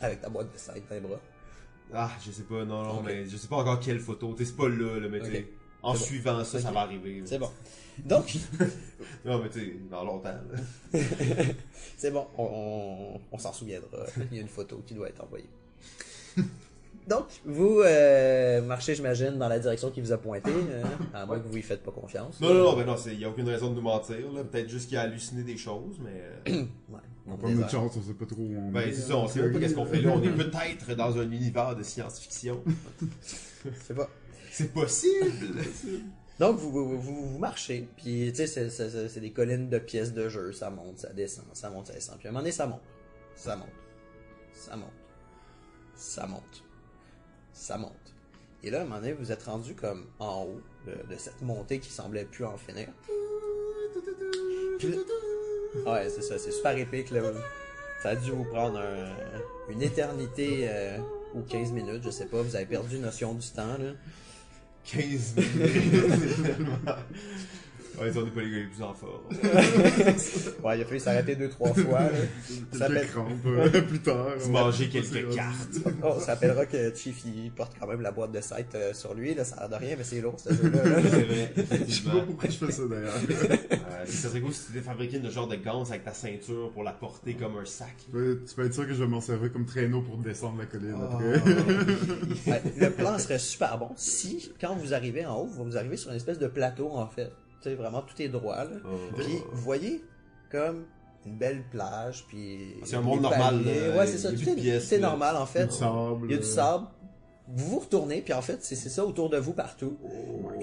Avec ta boîte de side dans les bras. Ah, je sais pas, non, non, Ok. mais je sais pas encore quelle photo, t'es c'est pas là, là, mais tu Ok. sais, en C'est bon. suivant ça, ça Ok. va arriver. là. C'est bon. Donc, Non, mais tu sais, dans longtemps. là. c'est bon, on, on- on s'en souviendra. Il y a une photo qui doit être envoyée. Donc, vous euh, marchez, j'imagine, dans la direction qui vous a pointé, euh, à moins que vous y faites pas confiance. Non, non, non, ben non, il n'y a aucune raison de nous mentir. là. Peut-être juste qu'il a halluciné des choses, mais. euh, Ouais. On Au a pas une désert. chance, on sait pas trop où on Ben, est. c'est ça, on sait même pas qu'est-ce qu'on fait là. On est peut-être dans un univers de science-fiction. C'est pas. C'est possible! Donc, vous, vous, vous, vous marchez, puis tu sais, c'est- c'est c'est- c'est des collines de pièces de jeu, ça monte, ça descend, ça monte, ça descend, puis à un moment donné, ça monte, ça monte, ça monte, ça monte, ça monte. Et là, à un moment donné, vous êtes rendu comme en haut de, de cette montée qui semblait plus en finir. Puis- Ouais, c'est ça, c'est super épique, là. Ça a dû vous prendre un- une éternité euh, ou 15 minutes, je sais pas, vous avez perdu notion du temps, là. 15 minutes, c'est tellement. Ouais, ils ont des pas les gars les plus en forme. Ouais, il a fallu s'arrêter deux, trois fois, là. Quelques Ça fait- crampes, euh, plus tard. Tu on- mangeais c'est quelques grave. cartes. Oh, ça s'appellera que Chief il porte quand même la boîte de site euh, sur lui, là, ça a l'air de rien, mais c'est lourd ce jeu-là. là. C'est vrai, Je sais pas effectivement. pourquoi je fais ça d'ailleurs. Euh, ça serait cool si tu devais fabriquer une genre de gants avec ta ceinture pour la porter comme un sac. Tu peux- tu peux être sûr que je vais m'en servir comme traîneau pour descendre la colline Ah. après. Ouais, le plan serait super bon si, quand vous arrivez en haut, vous vous arrivez sur une espèce de plateau en fait. Tu sais, vraiment tout est droit, là. Oh. Puis vous voyez comme une belle plage, puis. Ah, C'est un des monde normal, palmiers. là. Ouais, c'est ça, Il y a tout plus est, de pièces, tout est là. normal en fait. Du sable. euh, Il y a du sable. Vous vous retournez, puis en fait, c'est c'est ça autour de vous partout.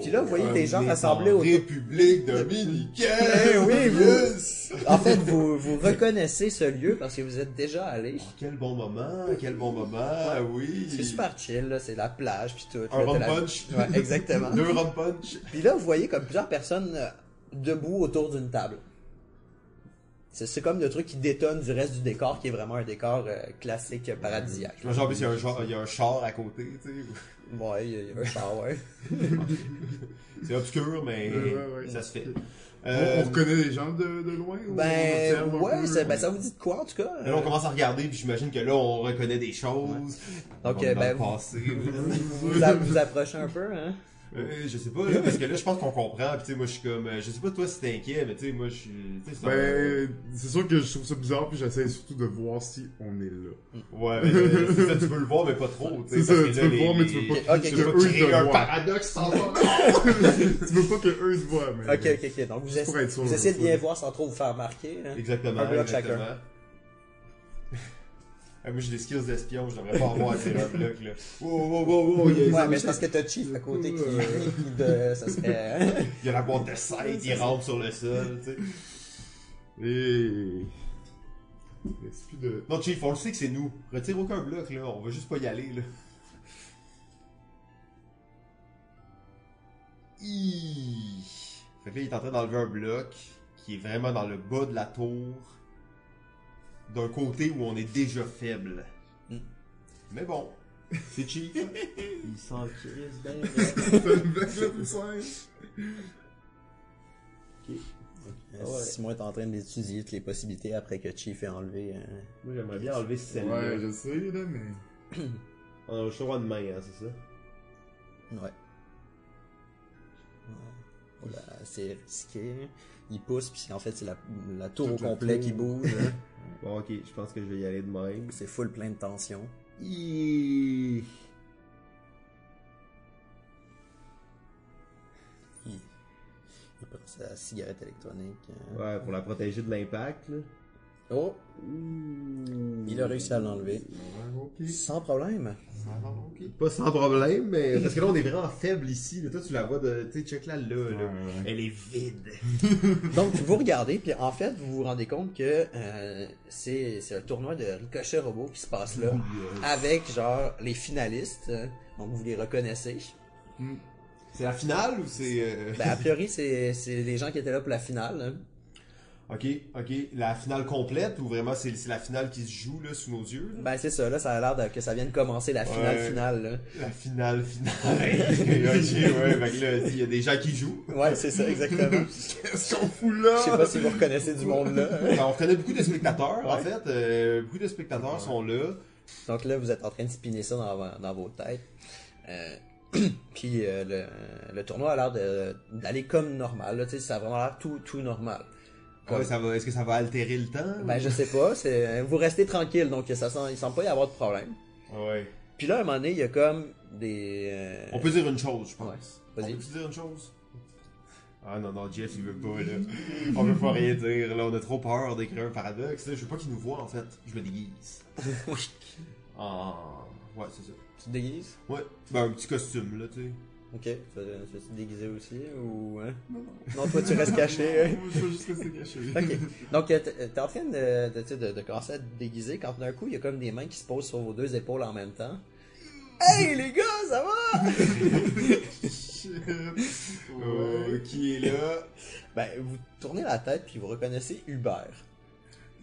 Puis là, vous voyez des gens On est rassemblés en autour. République dominicaine! Eh oui, vous- Yes! En fait, vous, vous reconnaissez ce lieu parce que vous êtes déjà allé. Oh, quel bon moment, quel bon moment, oui! C'est super chill, là, c'est la plage, puis tout. Un là, t'as rum la- punch! Ouais, exactement. Deux rum punch! puis là, vous voyez comme plusieurs personnes euh, debout autour d'une table. C'est c'est comme le truc qui détonne du reste du décor, qui est vraiment un décor euh, classique euh, paradisiaque. Genre, en plus, il y a un genre- il y a un char à côté, tu sais. Ouais, il y a- il y a un char, ouais. C'est obscur, mais Ouais, ouais, ouais. ça se fait. On- Euh, On reconnaît les gens de, de loin ou on Ben, observe un ouais, peu? ça, ben, ça vous dit de quoi, en tout cas? Là, on commence à regarder, puis j'imagine que là, on reconnaît des choses. Donc, On est euh, dans ben, le passé. Vous a- vous approchez un peu, hein? Euh, je sais pas, là, parce que là, je pense qu'on comprend. Puis, tu sais, moi, je suis comme. euh, Je sais pas, toi, si t'es inquiet, mais tu sais, moi, je suis. tu sais, c'est un- Ben, c'est sûr que je trouve ça bizarre, puis j'essaie surtout de voir si on est là. Ouais, mais, euh, c'est ça, tu peux le voir, mais pas trop. tu sais, C'est ça, parce que tu là, peux le les- voir, mais tu les- peux pas- pas, Ok, Tu que tu peux eux créer te un voient. paradoxe sans voir. tu veux pas que eux se voient, mais. Ok, ok, ok. Donc, vous, Pour être sûr, vous essayez de ça. bien voir sans trop vous faire marquer. hein? Exactement. Un bloc exactement. chacun. Ah, moi, j'ai des skills d'espion, je devrais pas avoir assez un bloc, là. Wow, wow, wow, wow, il y a- Ouais, mais c'est parce que t'as Chief à côté qui, qui de, ça serait. il y a la boîte de side, il rampe sur le sol, tu sais. Et. Il reste plus de. Non, Chief, on le sait que c'est nous. Retire aucun bloc, là. On va juste pas y aller, là. Hi. Fait que là, il est en train d'enlever un bloc qui est vraiment dans le bas de la tour. D'un côté où on est déjà faible. Mm. Mais bon, c'est Chief. Hmm. il s'en crisse T'as une blague hein? la plus simple. Euh, Simon est en train d'étudier toutes les possibilités après que Chief ait enlevé. euh, Moi, j'aimerais bien enlever Ouais, je sais, là, mais. On a le droit de main, hein, c'est ça? Ouais. Ouais. Oh là, c'est risqué. Il pousse, puis en fait, c'est la, la tour au Toute la complet tour. qui bouge. hein. Bon, ok, je pense que je vais y aller de même. c'est full plein de tension. Hi. Il, il prend sa cigarette électronique. euh. Ouais, pour la protéger de l'impact, là. Oh! Il a réussi à l'enlever. Ouais, ok. Sans problème. Ça va, ok. Pas sans problème, mais parce que là on est vraiment faible ici. Là, toi tu la vois de, tu sais, check là, là, là. elle est vide. Donc, vous regardez, puis en fait, vous vous rendez compte que euh, c'est c'est un tournoi de ricochet robot qui se passe là, avec genre les finalistes. euh, Donc, vous les reconnaissez. C'est la finale ou c'est euh, Ben, a priori, c'est c'est les gens qui étaient là pour la finale. hein. Ok, ok, la finale complète ou vraiment c'est c'est la finale qui se joue là sous nos yeux. là? Ben, c'est ça, là, ça a l'air de- que ça vient de commencer la finale Ouais. finale. là. La finale finale. ok, ouais, fait que là il y a des gens qui jouent. Ouais, c'est ça, exactement. Qu'est-ce qu'on fout Je sais là? pas si vous reconnaissez du monde là. hein. Alors, on connaît beaucoup de spectateurs en Ouais. fait. euh, beaucoup de spectateurs sont là. Donc là, vous êtes en train de spinner ça dans, dans vos têtes. Euh, puis euh, le, le tournoi a l'air de- d'aller comme normal. Là, tu sais, ça a vraiment l'air tout, tout normal. Ah ouais, ça va. Est-ce que ça va altérer le temps Ben, je sais pas. c'est- Vous restez tranquille, donc ça sent, il semble pas y avoir de problème. Ouais. Puis là, à un moment donné, il y a comme des. euh, On peut dire une chose, je Ouais. pense. On Vas-y. peut dire une chose Ah non, non, Jeff, il veut pas, là. On veut pas rien dire, là. On a trop peur d'écrire un paradoxe. là. Je veux pas qu'il nous voit, en fait. Je me déguise. Ah, ouais, c'est ça. Tu te déguises Ouais, ben un petit costume, là, tu sais. Ok. Tu vas, tu vas te déguiser aussi ou. hein? Non, non. Non, toi, tu restes caché. hein? Je veux juste rester caché. Ok. Donc, euh, t'es t'es en train de, de, tu sais, de- de commencer à te déguiser quand d'un coup, il y a comme des mains qui se posent sur vos deux épaules en même temps. Hey les gars, ça va? Shit. Euh, Ouais. qui est là? Ben, vous tournez la tête puis vous reconnaissez Hubert.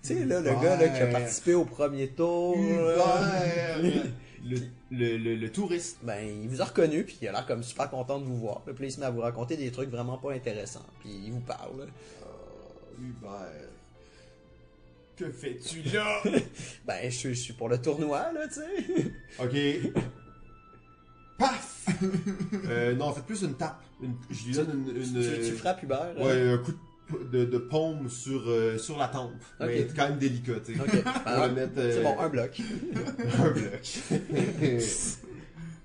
Tu sais, là, le Hubert. gars là, qui a participé au premier tour. là. Hubert! Le, le, le, le touriste. Ben, il vous a reconnu, puis il a l'air comme super content de vous voir. Puis là, il se met à vous raconter des trucs vraiment pas intéressants. Puis il vous parle. Ah, Hubert. Que fais-tu là? Ben, je, je suis pour le tournoi, là, tu sais. ok. Paf! Euh, non, en fait, plus une tape. Une- je lui donne une. une Tu, tu frappes Hubert. là? Ouais, un coup de, de, de paume sur, euh, sur la tempe. Ok. Mais quand même délicat, tu sais. Ok. On Ben, va mettre, euh, c'est bon, un bloc. un bloc.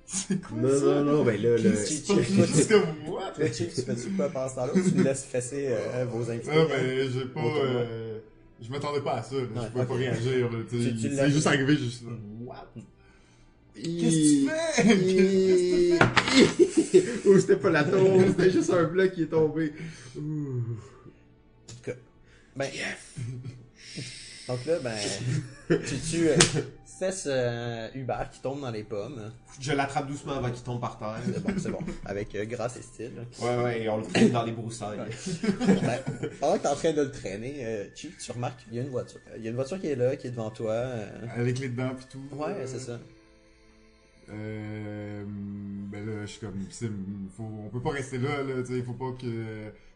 C'est quoi non, ça? non, non, ben là, le... Qu'est-ce C'est pas juste comme moi. Toi, Chief, tu fais-tu quoi pendant ce temps-là ou tu nous laisses fesser euh, vos invités? Ah ben, j'ai pas... Autour de moi. euh, Je m'attendais pas à ça. là. Ouais, Je pouvais pas ok. réagir. là, tu sais. Tu- tu l'as- C'est juste arrivé, je suis là. What? Qu'est-ce que tu fais? Et- Ouh, c'était pas la tombe, c'était juste un bloc qui est tombé. Ouh. Ben, donc là, ben, tu, tu euh, fesses euh, Hubert qui tombe dans les pommes. Je l'attrape doucement avant qu'il tombe par terre. C'est bon, c'est bon. Avec euh, grâce et style. Ouais, ouais, et on le traîne dans les broussailles. Ben, pendant que t'es en train de le traîner, euh, Chief, tu remarques qu'il y a une voiture. Il y a une voiture qui est là, qui est devant toi. euh. Avec les dents pis tout. Ouais, euh, c'est ça. Euh, ben là, je suis comme, c'est- faut, on peut pas rester là, là, tu sais, faut pas que,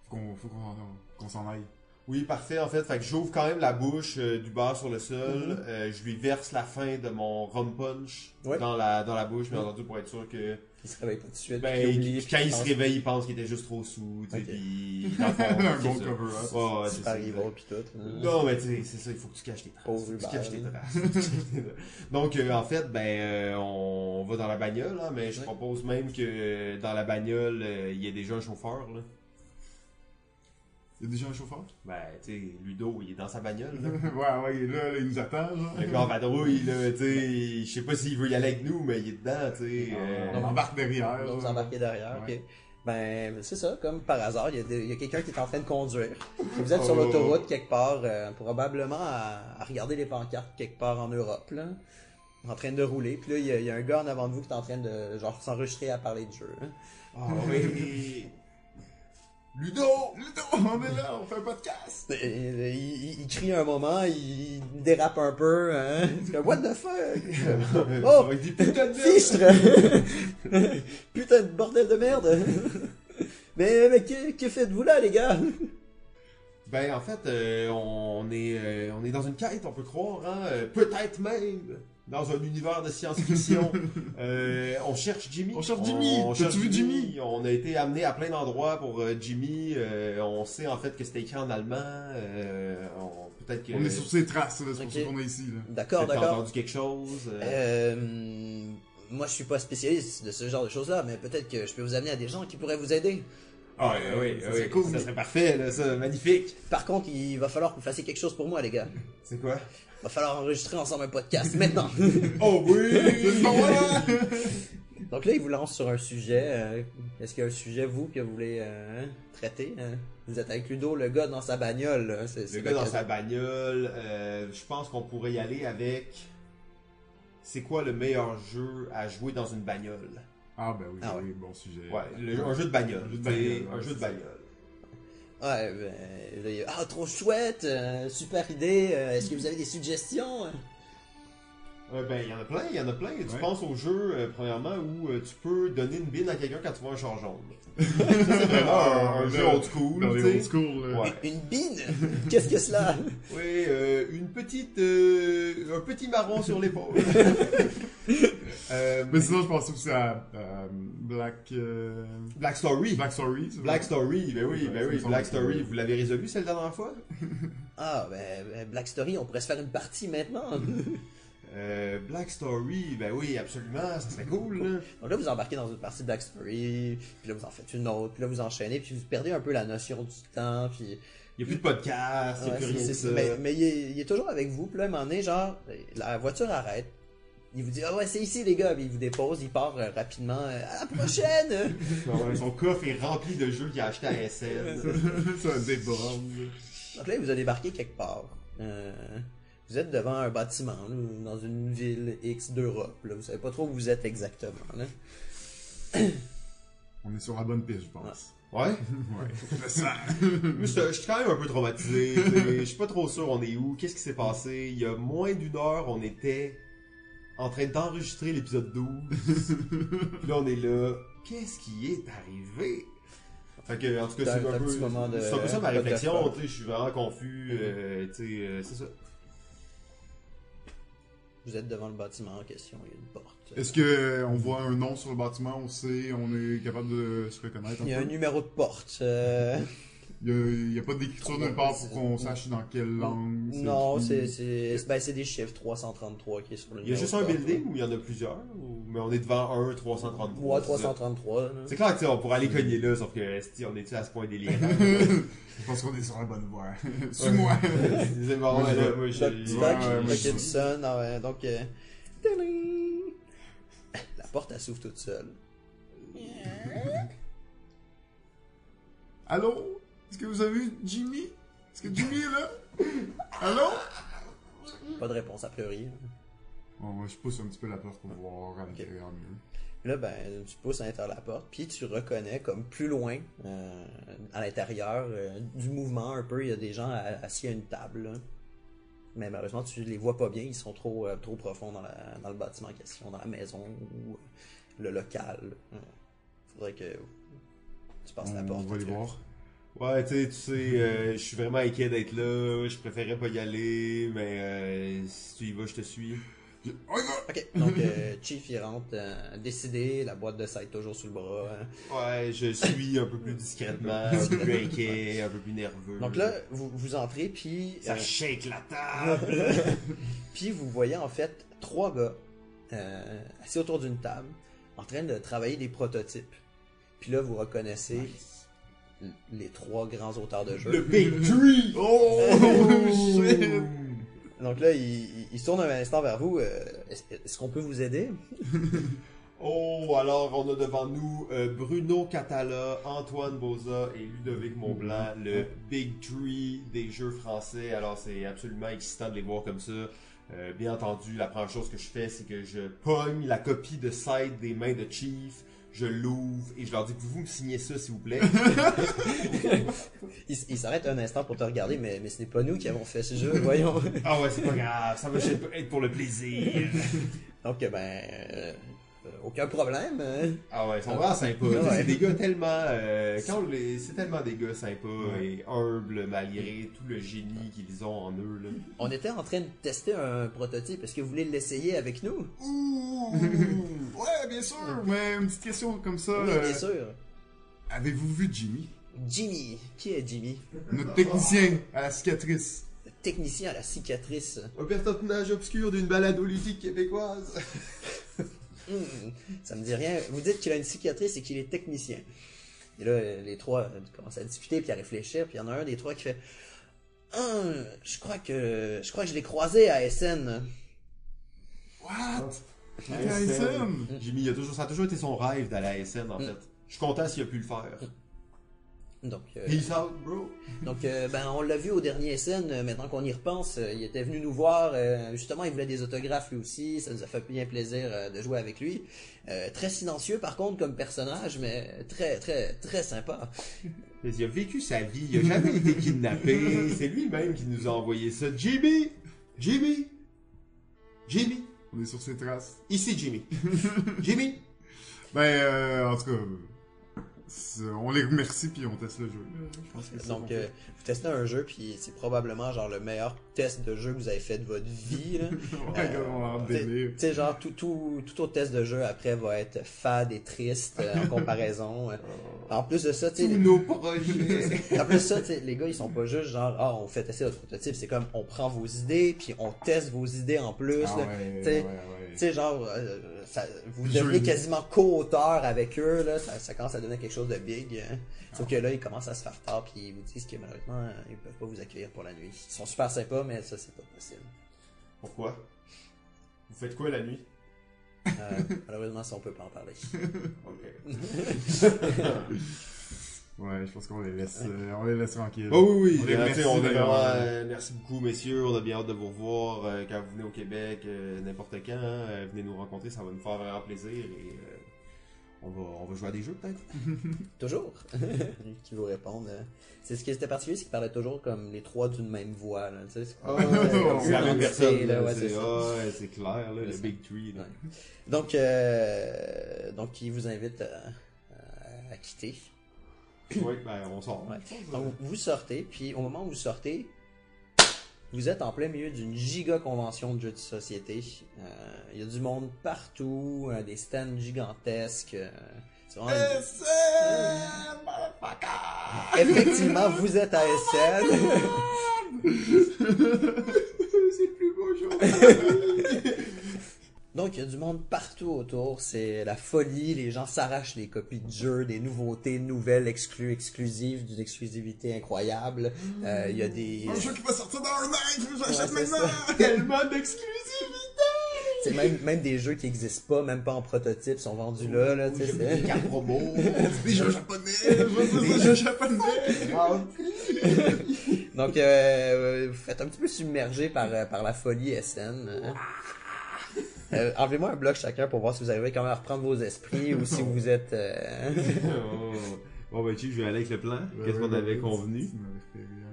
faut qu'on, faut qu'on, qu'on s'en aille. Oui, parfait, en fait. Fait que j'ouvre quand même la bouche euh, du bar sur le sol. Mhm. Euh, je lui verse la fin de mon rum punch Ouais. dans, la, dans la bouche, bien entendu, pour être sûr que... Il se réveille pas tout de suite. Ben, puis il oublie, puis quand il pense se réveille, il pense qu'il était juste trop sous, tu sais, Ok. puis... dans le fond, Un Ah, c'est bon ça. cover-up. Ouais, ouais, que c'est Super ça. evil pis tout. hein. Non, mais tu sais, c'est ça, il faut que tu caches tes traces. Pauvre Faut que tu Hubert. caches tes traces. Faut que tu caches tes traces. Donc, euh, en fait, ben, euh, on va dans la bagnole, hein, mais je Ouais. propose même que euh, dans la bagnole, euh, il y ait déjà un chauffeur. Là. Il y a déjà un chauffeur? Ben, tu sais, Ludo, il est dans sa bagnole. Là. ouais, ouais, il est là, là, il nous attend, genre. Le gars en vadrouille, là, tu sais, il- je sais pas s'il veut y aller avec nous, mais il est dedans, tu sais. euh, on embarque derrière. Vous genre. embarquez derrière, Euh, Ouais. ok. Ben, c'est ça, comme par hasard, il y a, des- il y a quelqu'un qui est en train de conduire. Vous êtes sur Oh. l'autoroute quelque part, euh, probablement à, à regarder les pancartes quelque part en Europe, là, en train de rouler. Puis là, il y, a- il y a un gars en avant de vous qui est en train de genre s'enregistrer à parler de jeu. hein. Ah oui. Ludo! Ludo! On est là, on fait un podcast! Et- et- euh, Il, il- il crie un moment, il, il dérape un peu. Hein. C'est comme, What the fuck? Oh! Il dit putain de merde. Fistre! Putain de bordel de merde! Mais, mais que, que faites-vous là, les gars? Ben, en fait, euh, on, est, euh, on est dans une quête, on peut croire, hein, euh, peut-être même dans un univers de science-fiction. Euh, on cherche Jimmy. On cherche Jimmy. T'as-tu vu Jimmy? On a été amené à plein d'endroits pour euh, Jimmy. Euh, on sait en fait que c'était écrit en allemand. Euh, on- peut-être que On est sur ses traces, là, c'est Ok. pour ça qu'on est ici, là. D'accord, peut-être qu'on a d'accord. entendu quelque chose. euh, Euh, moi, je suis pas spécialiste de ce genre de choses-là, mais peut-être que je peux vous amener à des gens qui pourraient vous aider. Ah oui, oui, ça oui, serait cool. ça serait parfait, là, ça, magnifique. Par contre, il va falloir que vous fassiez quelque chose pour moi, les gars. C'est quoi Va falloir enregistrer ensemble un podcast maintenant. Oh oui, Donc là, il vous lance sur un sujet. euh, Est-ce qu'il y a un sujet, vous, que vous voulez euh, hein, traiter hein? Vous êtes avec Ludo, le gars dans sa bagnole. là, c'est- Le c'est gars dans l'occasion. sa bagnole, euh, je pense qu'on pourrait y aller avec. C'est quoi le meilleur jeu à jouer dans une bagnole Ah, ben oui, Ah ouais. oui, bon sujet. Ouais, le- un jeu de bagnole. Un jeu de t'sais, bagnole, Un ouais, jeu de c'est ça. bagnole. Ouais, ben, là, il- ah, trop chouette, euh, super idée. euh, Est-ce que vous avez des suggestions hein? Euh, ben, il y en a plein, il y en a plein. Tu Ouais. penses au jeu, euh, premièrement, où euh, tu peux donner une bine à quelqu'un quand tu vois un char jaune. Ça, c'est vraiment un, un jeu old Ah, Dans school, les tu old school, là. Ouais. Une- Une bine Qu'est-ce que cela Oui, euh, une petite, euh, un petit marron sur l'épaule. Euh, Mais sinon, je pense aussi à euh, Black, euh, Black Story. Black Story. c'est Black ça? Story, ben oui, ben oui, Black Story. Vous l'avez résolu, celle de la dernière fois Ah, ben, ben, Black Story, on pourrait se faire une partie maintenant. Euh, Black Story, ben oui, absolument, c'était cool. là. Donc là, vous embarquez dans une partie de backstory, puis là, vous en faites une autre, puis là, vous enchaînez, puis vous perdez un peu la notion du temps, puis... Il n'y a plus de podcast, il n'y a Ouais, plus c'est- rien de c'est- ça. Mais, mais il, est, il est toujours avec vous, puis là, à un moment donné, genre, la voiture arrête, il vous dit « Ah ouais, c'est ici, les gars », puis il vous dépose, il part euh, rapidement euh, À la prochaine !» Ben, Son coffre est rempli de jeux qu'il a acheté à SN. ça déborde. Donc là, il vous a débarqué quelque part. Euh, vous êtes devant un bâtiment, là, dans une ville X d'Europe. Là. Vous savez pas trop où vous êtes exactement. Là. On est sur la bonne piste, je pense. Ouais. Ouais. Je sens. Moi, je je suis quand même un peu traumatisé. tu sais. Je suis pas trop sûr on est où, qu'est-ce qui s'est passé. Il y a moins d'une heure, on était en train d'enregistrer l'épisode 12. Puis là, on est là. Qu'est-ce qui est arrivé? Fait que, en tout cas, T'as- c'est t'as un, un peu- petit moment de- c'est un peu ça ma de Mm-hmm. réflexion. flashback. tu sais, Je suis vraiment confus. euh, tu sais, euh, c'est ça. Vous êtes devant le bâtiment en question. Il y a une porte. Est-ce que euh, on voit un nom sur le bâtiment, on sait, on est capable de se reconnaître un Il y a un peu? numéro de porte. euh, Il y a- Il n'y a, pas d'écriture nulle part pour qu'on C'est- sache dans quelle langue. non, écrit. c'est, c'est, c'est- ben, c'est des chiffres 333 qui est sur le Il y a numéro juste de un porte, building ou il y en a plusieurs? Ou- Mais on est devant un là. 333. Ouais, c'est ça. 333. là. C'est clair que tu sais, on pourrait aller Mm-hmm. cogner là, sauf que esti, on est-tu à ce point délire? Je pense qu'on est sur la bonne voie. Suis-moi. c'est bon, Moi, je là, vais- moi, je- Le petit Ouais, bac, ouais, le ouais, bac ouais. Edison, ah ouais, donc. euh, tadam! La porte, elle s'ouvre toute seule. Allô? Est-ce que vous avez vu Jimmy? Est-ce que Jimmy est là? Allô? Pas de réponse a priori. là. Bon, moi, je pousse un petit peu la porte pour voir à l'intérieur mieux. Là, ben, tu pousses à l'intérieur de la porte, puis tu reconnais comme plus loin, euh, à l'intérieur euh, du mouvement un peu, il y a des gens a- assis à une table. là. Mais malheureusement, tu les vois pas bien, ils sont trop, euh, trop profonds dans, la- dans le bâtiment en question, dans la maison ou euh, le local. Euh, Faudrait que tu passes la On, porte. va les tu- voir. Ouais, tu sais, tu sais, euh, je suis vraiment inquiet d'être là, je préférais pas y aller, mais euh, si tu y vas, je te suis. Je- Oh, il va! Ok, donc euh, Chief il rentre euh, décidé, la boîte de side toujours sous le bras. hein. Ouais, je suis un peu plus discrètement, un peu plus inquiet, un peu plus nerveux. Donc là, vous, vous entrez, puis. ça euh, shake la table! Puis vous voyez en fait trois gars euh, assis autour d'une table en train de travailler des prototypes. Puis là, vous reconnaissez l- les trois grands auteurs de jeux. Le Big Tree! Oh, shit! Donc là, ils, ils- ils se tournent un instant vers vous. euh, est-ce, est-ce qu'on peut vous aider Oh, alors on a devant nous euh, Bruno Catala, Antoine Boza et Ludovic Montblanc, le Big Tree des jeux français. Alors c'est absolument excitant de les voir comme ça. Euh, bien entendu, la première chose que je fais, c'est que je pogne la copie de Side des mains de Chief, je l'ouvre et je leur dis pouvez-vous me signer ça s'il vous plaît ils, s- ils s'arrêtent un instant pour te regarder, mais, mais ce n'est pas nous qui avons fait ce jeu, voyons. Ah ouais, c'est pas grave, ça va juste être pour le plaisir. Donc, euh, ben, euh, euh, aucun problème. hein. Ah ouais, ils sont vraiment sympas. Ouais. C'est des gars tellement. euh, quand on les- c'est tellement des gars sympas et humbles malgré tout le génie qu'ils ont en eux. Là. On était en train de tester un prototype. Est-ce que vous voulez l'essayer avec nous Ouh! ouais, bien sûr! Mais une petite question comme ça. Oui, euh, bien sûr. Avez-vous vu Jimmy? Jimmy. Qui est Jimmy Notre technicien à la cicatrice. Le technicien à la cicatrice. Un personnage obscur d'une balade ludique québécoise. Hmm, ça me dit rien. Vous dites qu'il a une cicatrice et qu'il est technicien. Et là, euh, les trois euh, commencent à discuter puis à réfléchir. Puis il y en a un des trois qui fait Hum, je crois que je crois que je l'ai croisé à SN. What? La La SM? Jimmy, il a toujours, ça a toujours été son rêve d'aller à SN en Mm. fait. Je suis content s'il a pu le faire. Donc, euh, Peace out, bro. donc euh, ben, on l'a vu au dernier SN. euh, Maintenant qu'on y repense, euh, il était venu nous voir. euh, justement, il voulait des autographes lui aussi. Ça nous a fait bien plaisir euh, de jouer avec lui. Euh, très silencieux, par contre, comme personnage, mais très, très, très sympa. Il a vécu sa vie, il a jamais été kidnappé. C'est lui-même qui nous a envoyé ça. Jimmy! Jimmy! Jimmy! On est sur ses traces. Ici Jimmy! Jimmy! Ben, euh, en tout cas, c'est- on les remercie puis on teste le jeu. Je pense que c'est Donc, ça euh, vous testez un jeu, puis c'est probablement genre le meilleur test de jeu que vous avez fait de votre vie. là. qu'on fait. Ouais, on a l'air délire. Tu sais, genre, tout, tout, tout autre test de jeu après va être fade et triste euh, en comparaison. Oh. En plus de ça, tu sais, Tous nos projets. en plus de ça, tu sais, les gars, ils sont pas juste genre, ah, on fait tester notre prototype. C'est comme, on prend vos idées, puis on teste vos idées en plus. Ah là. ouais, t'sais, ouais, ouais. Tu sais, genre, euh, ça- vous Jeu devenez libre. quasiment co-auteur avec eux, là, ça, ça commence à donner quelque chose de big. hein. Ah. Sauf que là, ils commencent à se faire tard, puis ils vous disent que malheureusement, euh, ils peuvent pas vous accueillir pour la nuit. Ils sont super sympas, mais ça, c'est pas possible. Pourquoi Vous faites quoi la nuit Euh, malheureusement, ça, on peut pas en parler. Ok. Ouais, je pense qu'on les laisse, euh, on les laisse tranquilles. Oh oui, oui, On les bien, tu remercie sais, on est d'ailleurs. vraiment, euh, merci beaucoup messieurs, on a bien hâte de vous revoir euh, quand vous venez au Québec, euh, n'importe quand, hein, euh, venez nous rencontrer, ça va nous faire vraiment plaisir et euh, on, va, on va jouer à des jeux peut-être. toujours Qui vous répondent. euh. C'est ce qui était particulier, c'est qu'ils parlaient toujours comme les trois d'une même voix, là, tu sais. c'est comme- ouais, Oh, c'est la même Une personne, entité, là, là, ouais, c'est c'est ça. ah, ouais, c'est clair, là, le C'est Big Tree. là. Ouais. Donc, euh, donc, ils vous invitent à- à quitter. Ouais, ben, on sort. Ouais. Donc, vous sortez, puis au moment où vous sortez, vous êtes en plein milieu d'une giga convention de jeux de société. Euh, Il y a du monde partout, euh, des stands gigantesques. euh, c'est vraiment une- Effectivement, vous êtes à SN. c'est plus beau aujourd'hui. Donc, il y a du monde partout autour. C'est la folie. Les gens s'arrachent les copies de jeux, des nouveautés, nouvelles, exclus, exclusives, d'une exclusivité incroyable. Euh, Il y a des... Un jeu qui va sortir dans un an, je l'achète Ouais, c'est maintenant! Tellement d'exclusivité. C'est même, même des jeux qui n'existent pas, même pas en prototype, sont vendus là. là tu sais, c'est- Carte promo. Des jeux japonais! Je veux dire, des jeux japonais! Donc, euh, vous faites un petit peu submergé par, euh, par la folie SN. hein. Ah. Euh, Enlevez-moi un bloc chacun pour voir si vous arrivez quand même à reprendre vos esprits ou si vous êtes... euh, Oh. Bon, ben, tu sais, je vais aller avec le plan. Qu'est-ce qu'on avait convenu? Tu m'avais fait rire.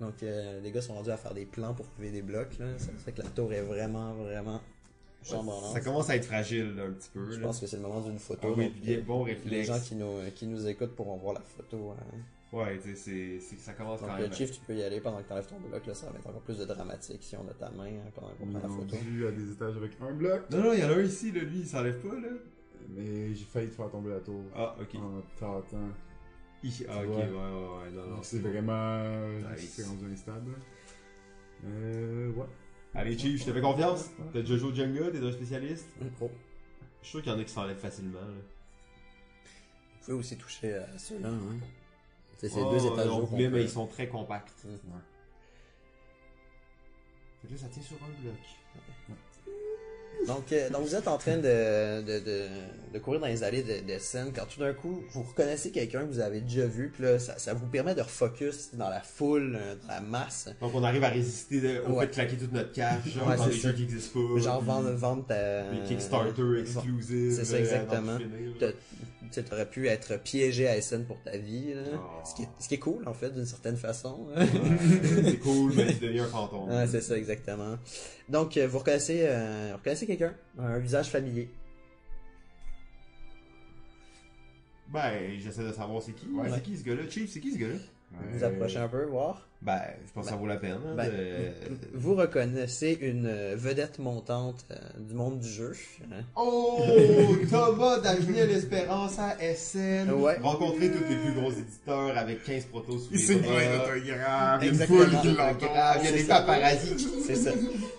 Donc, euh, les gars sont rendus à faire des plans pour trouver des blocs. là. C'est pour ça que la tour est vraiment, vraiment chambranlante. Ça commence à être fragile, là, un petit peu. Je là. pense que c'est le moment d'une photo. Ah oui, donc, bien, euh, bon les réflexe. gens qui nous, qui nous écoutent pourront voir la photo. hein. Ouais, tu sais, c'est- c'est- ça commence Donc, quand euh, même. Chief, tu peux y aller pendant que t'enlèves ton bloc. Là, ça va être encore plus de dramatique si on a ta main hein, pendant qu'on prend la On photo. est rendu à des étages avec un bloc, Non, non, il y en a un ici, là, lui, il s'enlève pas, là. mais j'ai failli te faire tomber la tour. Ah, ok. En t'attendant. Hi, Ah, ok, Ouais. ouais, ouais, ouais, non, non. Donc, C'est vraiment. Nice. C'est rendu instable. Euh. Ouais. Allez, Chief, je te fais confiance. T'as déjà joué au Jenga, t'es un spécialiste. Oh. Je suis sûr qu'il y en a qui s'enlèvent facilement, là. Vous pouvez aussi toucher à ceux-là. Hein. C'est ces Oh, deux étages on hauts qu'on voulait, mais peut- ils sont très compacts. Mhm. Fait que là, ça tient sur un bloc. Donc, euh, donc vous êtes en train de, de, de, de courir dans les allées de, de Seine quand tout d'un coup vous reconnaissez quelqu'un que vous avez déjà vu, puis là ça, ça vous permet de refocus dans la foule, euh, dans la masse. Donc, on arrive à résister euh, au Ouais. fait de claquer toute notre cash, genre, Ouais, dans c'est des ça. jeux qui existent pas. Genre vendre, vendre ta. Des Euh, Kickstarter exclusifs. C'est ça, euh, exactement. avant de finir. T'as- Tu aurais pu être piégé à SN pour ta vie, là. Oh. ce, qui est, ce qui est cool en fait d'une certaine façon. Ouais, c'est cool, mais tu deviens un fantôme. Ah, c'est ça, exactement. Donc, euh, vous reconnaissez, euh, vous reconnaissez quelqu'un, un visage familier. Ben, j'essaie de savoir c'est qui. Ouais. C'est qui ce gars-là? Chief, c'est qui ce gars-là? Vous Vous approchez un peu, voir. Ben, je pense que ça vaut la peine. hein, Ben, de- Vous reconnaissez une euh, vedette montante euh, du monde du jeu. hein. Oh! Thomas d'Avenir l'Espérance à SN. Ouais. Rencontrer tous les plus gros éditeurs avec 15 protos sous Il les s'est bras. plein d'autographes, il y a une Exactement. foule qui Ah, il y a l'entend. des C'est ça. paparazzis. C'est ça.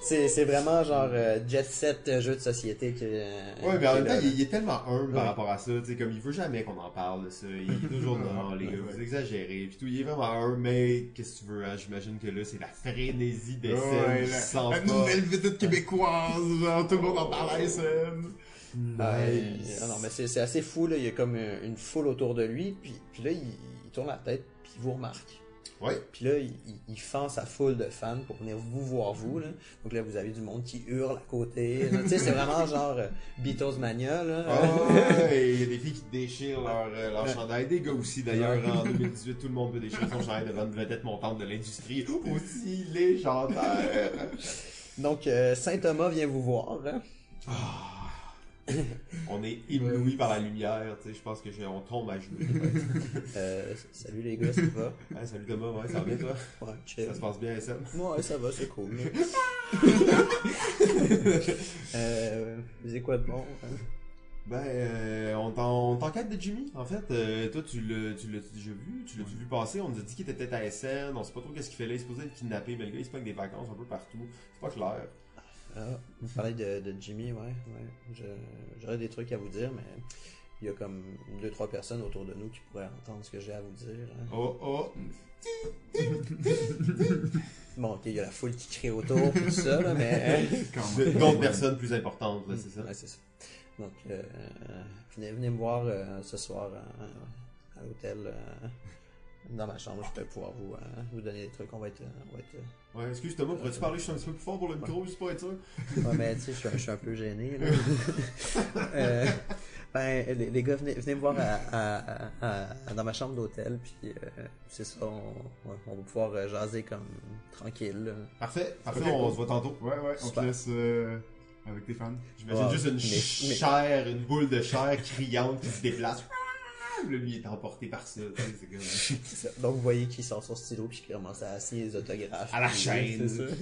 C'est c'est vraiment genre euh, jet set euh, jeu de société que. euh, Ouais, mais en qui est même temps, là. il, il est tellement humble par Ouais. rapport à ça, tu sais, comme il veut jamais qu'on en parle de ça. Il est toujours dans les gars, vous exagérez, puis tout. Il est vraiment humble, mais qu'est-ce que tu veux, hein? J'imagine que là, c'est la frénésie des Ouais, scènes qui la- s'en La va. nouvelle visite québécoise, genre, tout le monde en parle à SM. Ah, ouais, Nice. non, non, mais c'est c'est assez fou, là. Il y a comme euh, une foule autour de lui, puis, puis là, il, il tourne la tête, puis il vous remarque. Ouais. Puis là, il, il- il fend sa foule de fans pour venir vous voir, vous, là. Donc là, vous avez du monde qui hurle à côté. là. tu sais, c'est vraiment genre euh, Beatles Mania, là. Ah, ouais, il y a des filles qui déchirent leur, euh, leur chandail. Des gars aussi, d'ailleurs, en 2018, tout le monde peut déchirer son chandail devant une vedette montante de l'industrie. Aussi légendaire. Donc, euh, Saint Thomas vient vous voir. hein. Ah. On est ébloui par la lumière, tu sais, je pense que je- on tombe à genoux. Euh, salut les gars, ça va? Hey, salut Thomas, ouais, ça va bien toi? Ouais, Ça se passe bien, SM? Moi, ça va, c'est cool. là. euh, vous avez quoi de bon? hein? Ben, euh, on t'en- on t'enquête de Jimmy, en fait. Euh, toi, tu l'as tu l'as déjà vu, tu l'as vu passer. On nous a dit qu'il était peut-être à SN, on sait pas trop qu'est-ce qu'il fait là. Il se posait être kidnappé, mais le gars, il se pogne des vacances un peu partout. C'est pas clair. Ah, vous parlez de, de Jimmy, ouais. ouais. Je- J'aurais des trucs à vous dire, mais il y a comme deux, trois personnes autour de nous qui pourraient entendre ce que j'ai à vous dire. hein. Oh, oh. Bon, ok, il y a la foule qui crie autour, tout ça, là, mais. hein. Quand même. D'autres personnes plus importantes, là, c'est ça? Mm. Ouais, c'est ça. Donc, euh, euh, venez, venez me voir euh, ce soir euh, à l'hôtel, euh, dans ma chambre, je vais pouvoir vous, euh, vous donner des trucs. On va être. euh, on va être, euh, Ouais, excuse Thomas, pourrais-tu parler juste un petit peu plus fort pour le micro, juste pour être sûr? Ouais, mais tu sais, je suis un- je suis un peu gêné. là. Euh, ben, les, les gars, venez, venez me voir à- à- à- à- dans ma chambre d'hôtel, puis euh, c'est ça, on, on- on va pouvoir euh, jaser comme tranquille. là. Parfait, parfait, Ok, on cool. se voit tantôt. Ouais, ouais, on te Super. laisse euh, avec tes fans. J'imagine Ouais, juste une mais- mais- chair, une boule de chair criante qui se déplace. Ah! Là, lui, il est emporté par ça. tu sais, c'est comme- C'est ça. Donc, vous voyez qu'il sort son stylo puis qu'il commence à signer les autographes. À la Puis, chaîne. c'est ça.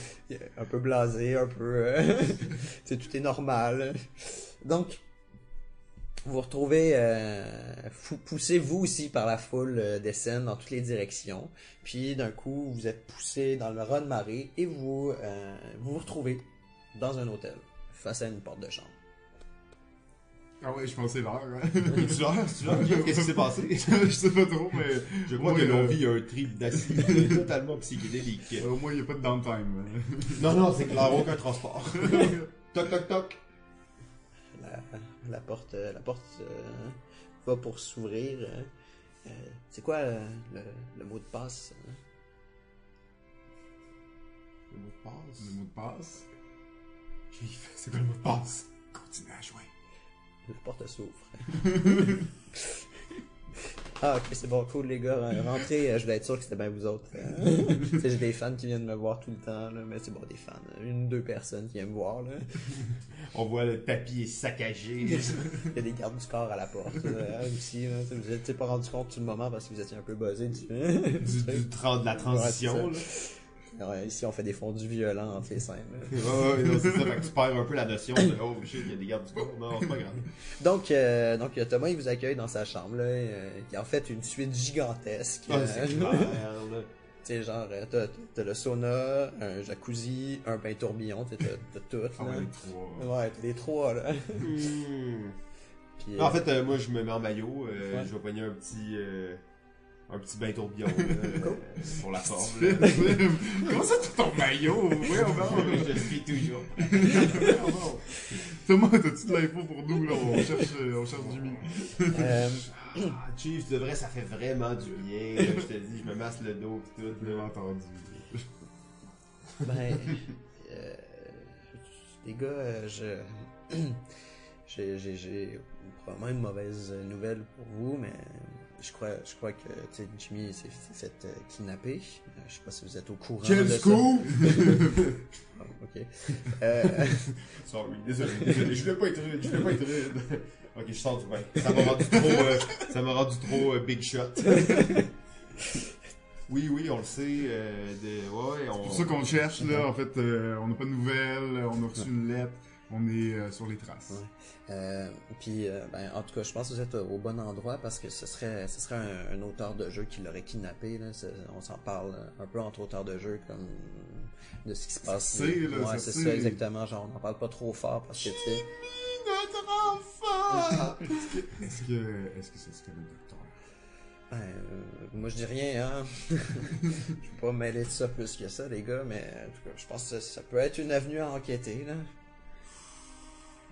Il est un peu blasé, un peu. euh, tu sais, tout est normal. Donc, vous vous retrouvez euh, fou- poussé vous aussi par la foule euh, des scènes dans toutes les directions. Puis d'un coup, vous êtes poussé dans le raz de marée et vous, euh, vous vous retrouvez dans un hôtel face à une porte de chambre. Ah ouais, je pensais l'heure. hein. Il est tu l'heure, tu l'heure, Guillaume? qu'est-ce qui s'est passé? je sais pas trop, mais Je crois Ouais, que l'on euh, vit un trip d'acide totalement psychédélique. au moins, il n'y a pas de downtime. Non, non, c'est clair, aucun transport. toc, toc, toc. La, la porte, euh, la porte euh, va pour s'ouvrir. euh. Euh, c'est quoi euh, le, le mot de passe hein? Le mot de passe. Le mot de passe. Chief, c'est quoi le mot de passe? Continue à jouer. La porte s'ouvre. ah, ok, c'est bon, cool, les gars. Euh, Rentrez, euh, je voulais être sûr que c'était bien vous autres. Euh, tu sais, J'ai des fans qui viennent me voir tout le temps, là, mais c'est bon, des fans. euh, Une, deux personnes qui viennent me voir. Là. On voit le tapis est saccagé. Il y a des gardes du corps à la porte euh, aussi. Là, Tu sais, vous n'êtes pas rendu compte tout le moment parce que vous étiez un peu buzzé. Du... du, du tran- de la transition, Ouais, Ouais, ici, on fait des fondus violents entre les scènes. là. là. Ouais, ouais, non, c'est ça, fait que tu perds un peu la notion de oh shit, il y a des gardes du corps. Non, c'est pas grave. Donc, euh, donc euh, Thomas, il vous accueille dans sa chambre, là, euh, qui est en fait une suite gigantesque. Ah, c'est Euh, clair, là. Tu sais, genre, euh, t'as, t'as le sauna, un jacuzzi, un bain tourbillon, tu sais, t'as, t'as tout. Ah là. ouais, les trois. Euh, ouais, t'as les trois, là. Hmm. Puis, En euh, fait, euh, moi, je me mets en maillot. euh, Ouais. Je vais pogner un petit, euh, un petit bain tourbillon là, Cool. euh, pour la forme. là. Ah, Comment ça, t'as ton maillot? Oui, on va. je suis toujours. Thomas, t'as toute l'info pour nous, là. On cherche, euh, on cherche Jimmy. euh, Ah, Chief, de vrai, ça fait vraiment du bien. là, je te dis, je me masse le dos pis tout. Je l'ai là. entendu. Ah, ben, euh, les gars, euh, je, j'ai, j'ai, j'ai probablement une mauvaise nouvelle pour vous, mais je crois, je crois que, tu sais, Jimmy s'est s'est fait euh, kidnapper. Euh, Je sais pas si vous êtes au courant de ça. Ah, ok. Euh, Sorry, désolé, désolé. Je voulais pas être rude, je voulais pas être rude. Ok, je sors du bain. Ça m'a rendu trop, euh, ça m'a rendu trop euh, big shot. Oui, oui, on le sait. euh, de- ouais, on... C'est pour ça qu'on le cherche, là. En fait, euh, on n'a pas de nouvelles, euh, on a reçu une lettre, on est euh, sur les traces. Ouais. Euh, puis, euh, ben, en tout cas, je pense que vous êtes au bon endroit parce que ce serait, ce serait un, un auteur de jeu qui l'aurait kidnappé. Là. C'est- On s'en parle un peu entre auteurs de jeu, comme de ce qui se passe. se sait, là, Ouais, ça c'est se ça, sait. exactement. Genre, on n'en parle pas trop fort parce que, tu sais, Notre enfant! Est-ce que, est-ce que ça serait le docteur? ben, euh, moi je dis rien, hein. je vais pas mêler de ça plus que ça, les gars, mais en tout cas, je pense que ça peut être une avenue à enquêter, là.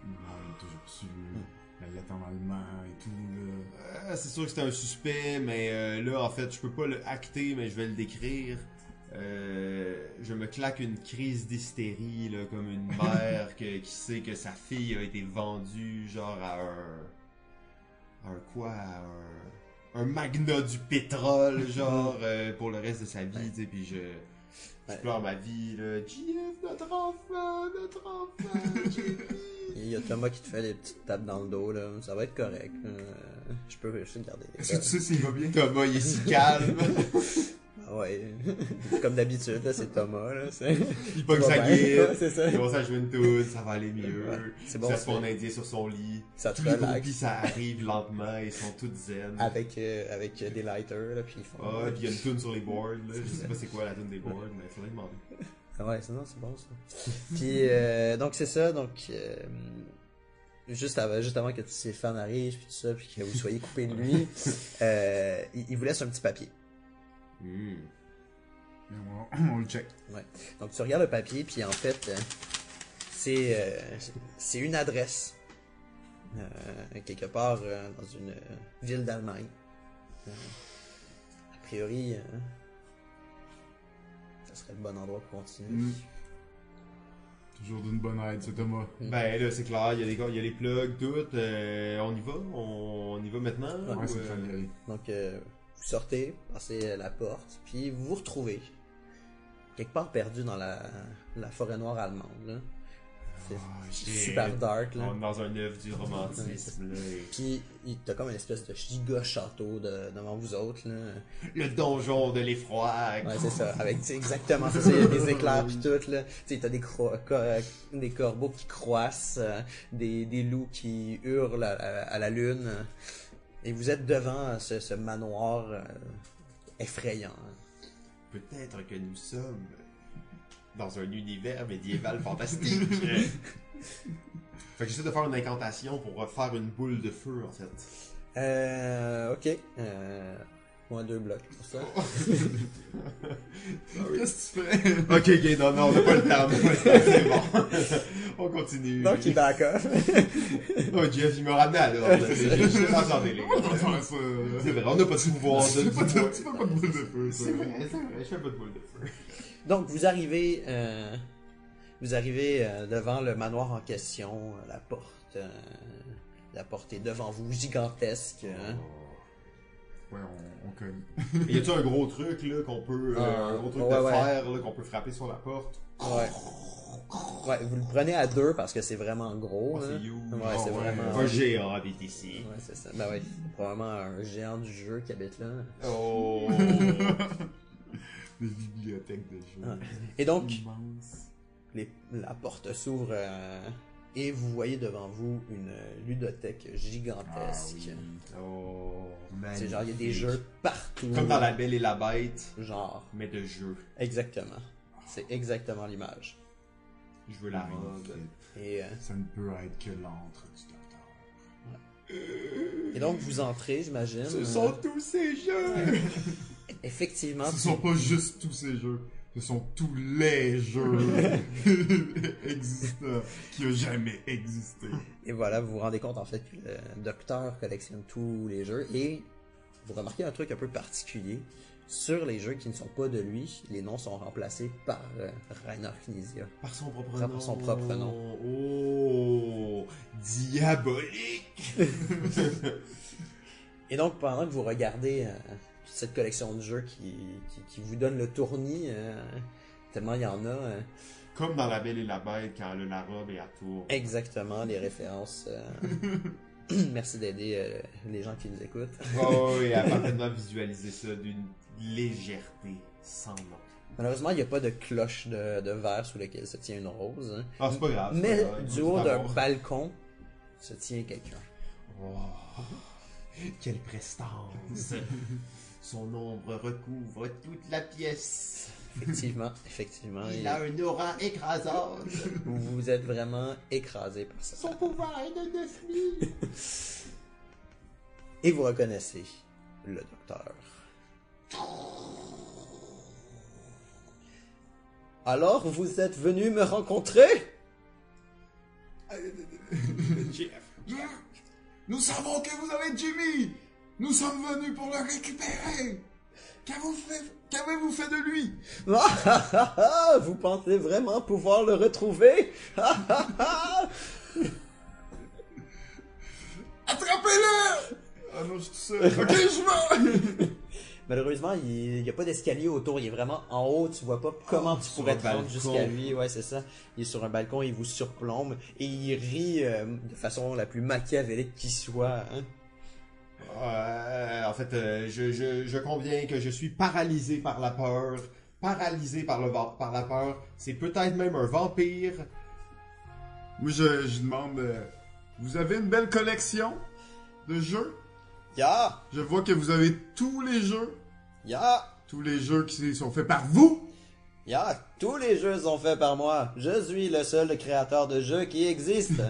Non, on a toujours su. La lettre en allemand et tout, là. Euh, c'est sûr que c'était un suspect, mais euh, là, en fait, je peux pas le acter, mais je vais le décrire. Euh, je me claque une crise d'hystérie, là, comme une mère que- qui sait que sa fille a été vendue, genre, à un... à un quoi? À un... un magnat du pétrole, genre, euh, pour le reste de sa vie, tu sais, puis je... Je Ouais. pleure ma vie, là. JF, notre enfant, notre enfant, JF. Il y a Thomas qui te fait des petites tapes dans le dos, là. Ça va être correct. Euh, je peux je sais garder. Est-ce que tu sais s'il va bien? Thomas, il est si calme. Ah ouais. Comme d'habitude, là, c'est Thomas, là. C'est il pogne Ça sa va bien. guide. C'est ça. Il commence à jouer une toune, ça va aller Ouais, mieux. c'est Bon, bon. ça ça. se fond indien sur son lit. Ça te Tous les relaxe. groupies, ça arrive lentement, ils sont toutes zen. Avec, euh, avec euh, des lighters, là, puis ils font. Ah, puis il y a une toune sur les boards, là. Je sais pas c'est quoi la toune des boards, mais faudrait demander. Ah ouais, c'est non, c'est bon ça. puis euh, donc c'est ça, donc euh, juste avant, juste avant que tous ces fans arrivent puis tout ça, puis que vous soyez coupé de lui, euh, il, il vous laisse un petit papier. Hmm. On, on le check. Donc tu regardes le papier puis en fait euh, c'est euh, c'est une adresse euh, quelque part euh, dans une euh, ville d'Allemagne. Euh, a priori, euh, ça serait le bon endroit pour continuer. Hmm. Mm. Toujours d'une bonne aide, c'est Thomas. Ben là, c'est clair, il y a les, gars- il y a les plugs, tout. euh, on y va? On, on y va maintenant? Ouais, ou, Ouais, c'est euh, le temps d'y aller. Donc, euh, vous sortez, passez la porte, puis vous vous retrouvez quelque part perdu dans la, la forêt noire allemande. là. C'est shit. super dark. Là. On est dans un œuvre du romantisme, là. et- Puis, il- t'as comme une espèce de giga château de- devant vous autres. Là. Le donjon de l'effroi. Ouais, c'est ça. Avec, tu sais, exactement, c'est ça. Il y a des éclairs pis tout, là. Tu sais, t'as des, cro- cor- des corbeaux qui croissent, euh, des, des loups qui hurlent à, à- à la lune. Et vous êtes devant euh, ce, ce manoir euh, effrayant. Peut-être que nous sommes dans un univers médiéval fantastique. fait que j'essaie de faire une incantation pour refaire une boule de feu, en fait. Euh, ok. Euh, moins deux blocs pour ça. Qu'est-ce que tu fais? Ok, ok, non, non, on n'a pas le temps. mais C'est bon. on continue. Donc, il back off. Oh, Jeff, il me ramené à l'ordre. Je suis absorbé, les On va gars. faire ça. là. C'est vrai, on n'a pas de pouvoir. Tu fais pas de- pouvoir. tu fais pas de boule de feu, ça. C'est vrai, c'est vrai, je fais pas de boule de feu. Donc, vous arrivez, euh, vous arrivez euh, devant le manoir en question, euh, la porte. euh, la porte est devant vous, gigantesque. hein. Ouais, on, on cogne. Et y a-tu un gros truc là qu'on peut, euh, Ah, un gros truc ouais, de ouais. fer là qu'on peut frapper sur la porte Ouais. Ouais, vous le prenez à deux parce que c'est vraiment Oh, gros. hein. c'est huge. Ah Ouais, c'est Oh, ouais. vraiment. Un géant habite ici. Ouais, c'est ça. Ben ouais, c'est probablement un géant du jeu qui habite là. Oh. Des bibliothèques de Ouais. jeux. Et donc, Immense. les- la porte s'ouvre euh, et vous voyez devant vous une ludothèque Ah gigantesque. oui. oh. C'est genre, il y a des magnifique. jeux partout. Comme dans La Belle et la Bête, Genre, mais de jeu. exactement. C'est exactement l'image. Je veux la robe. Et, euh, Ça ne peut être que l'antre du docteur. et donc, vous entrez, j'imagine. Euh, tous ces jeux. Effectivement. Ce tu- sont pas juste tous ces jeux. Ce sont tous les jeux existants qui ont jamais existé. Et voilà, vous vous rendez compte en fait que le docteur collectionne tous les jeux et vous remarquez un truc un peu particulier sur les jeux qui ne sont pas de lui, les noms sont remplacés par euh, Rainer Knizia. Par son propre Par nom. son propre nom. Oh. Diabolique. Et donc pendant que vous regardez euh, toute cette collection de jeux qui, qui, qui vous donne le tournis, euh, tellement il y en a, euh, Comme dans La Belle et la Bête quand le la robe est à tour. exactement les références. euh, Merci d'aider euh, les gens qui nous écoutent. Oh, et à parfaitement visualiser ça d'une légèreté sans nom. Malheureusement, il n'y a pas de cloche de, de verre sous laquelle se tient une rose. hein. Ah, c'est pas grave. c'est Mais pas grave, du haut c'est à d'un voir. balcon se tient quelqu'un. Oh, quelle prestance! Son ombre recouvre toute la pièce. Effectivement, effectivement. Il et a une aura écrasante. Vous vous êtes vraiment écrasé par ça. Son pouvoir est de 9000. Et vous reconnaissez le docteur. Alors, vous êtes venu me rencontrer Jeff, nous savons que vous avez Jimmy. Nous sommes venus pour le récupérer. Qu'avez-vous fait, qu'avez-vous fait de lui Ah, ah, ah, ah, Vous pensez vraiment pouvoir le retrouver Ah, ah, ah. Attrapez-le Ah non, je suis tout seul. ok, je vais Malheureusement, il n'y a pas d'escalier autour. Il est vraiment en haut. Tu vois pas comment tu Ah, sur pourrais un te rendre balcon. jusqu'à lui. Ouais, c'est ça. Il est sur un balcon, il vous surplombe et il rit euh, de façon la plus machiavélique qui soit. hein. Euh, en fait, euh, je, je, je conviens que je suis paralysé par la peur. Paralysé par, le, va- par la peur. C'est peut-être même un vampire. Moi, je, je demande, euh, vous avez une belle collection de jeux? Ya! Je vois que vous avez tous les jeux, Ya! tous les jeux qui sont faits par vous. Ya! Tous les jeux sont faits par moi. Je suis le seul créateur de jeux qui existe.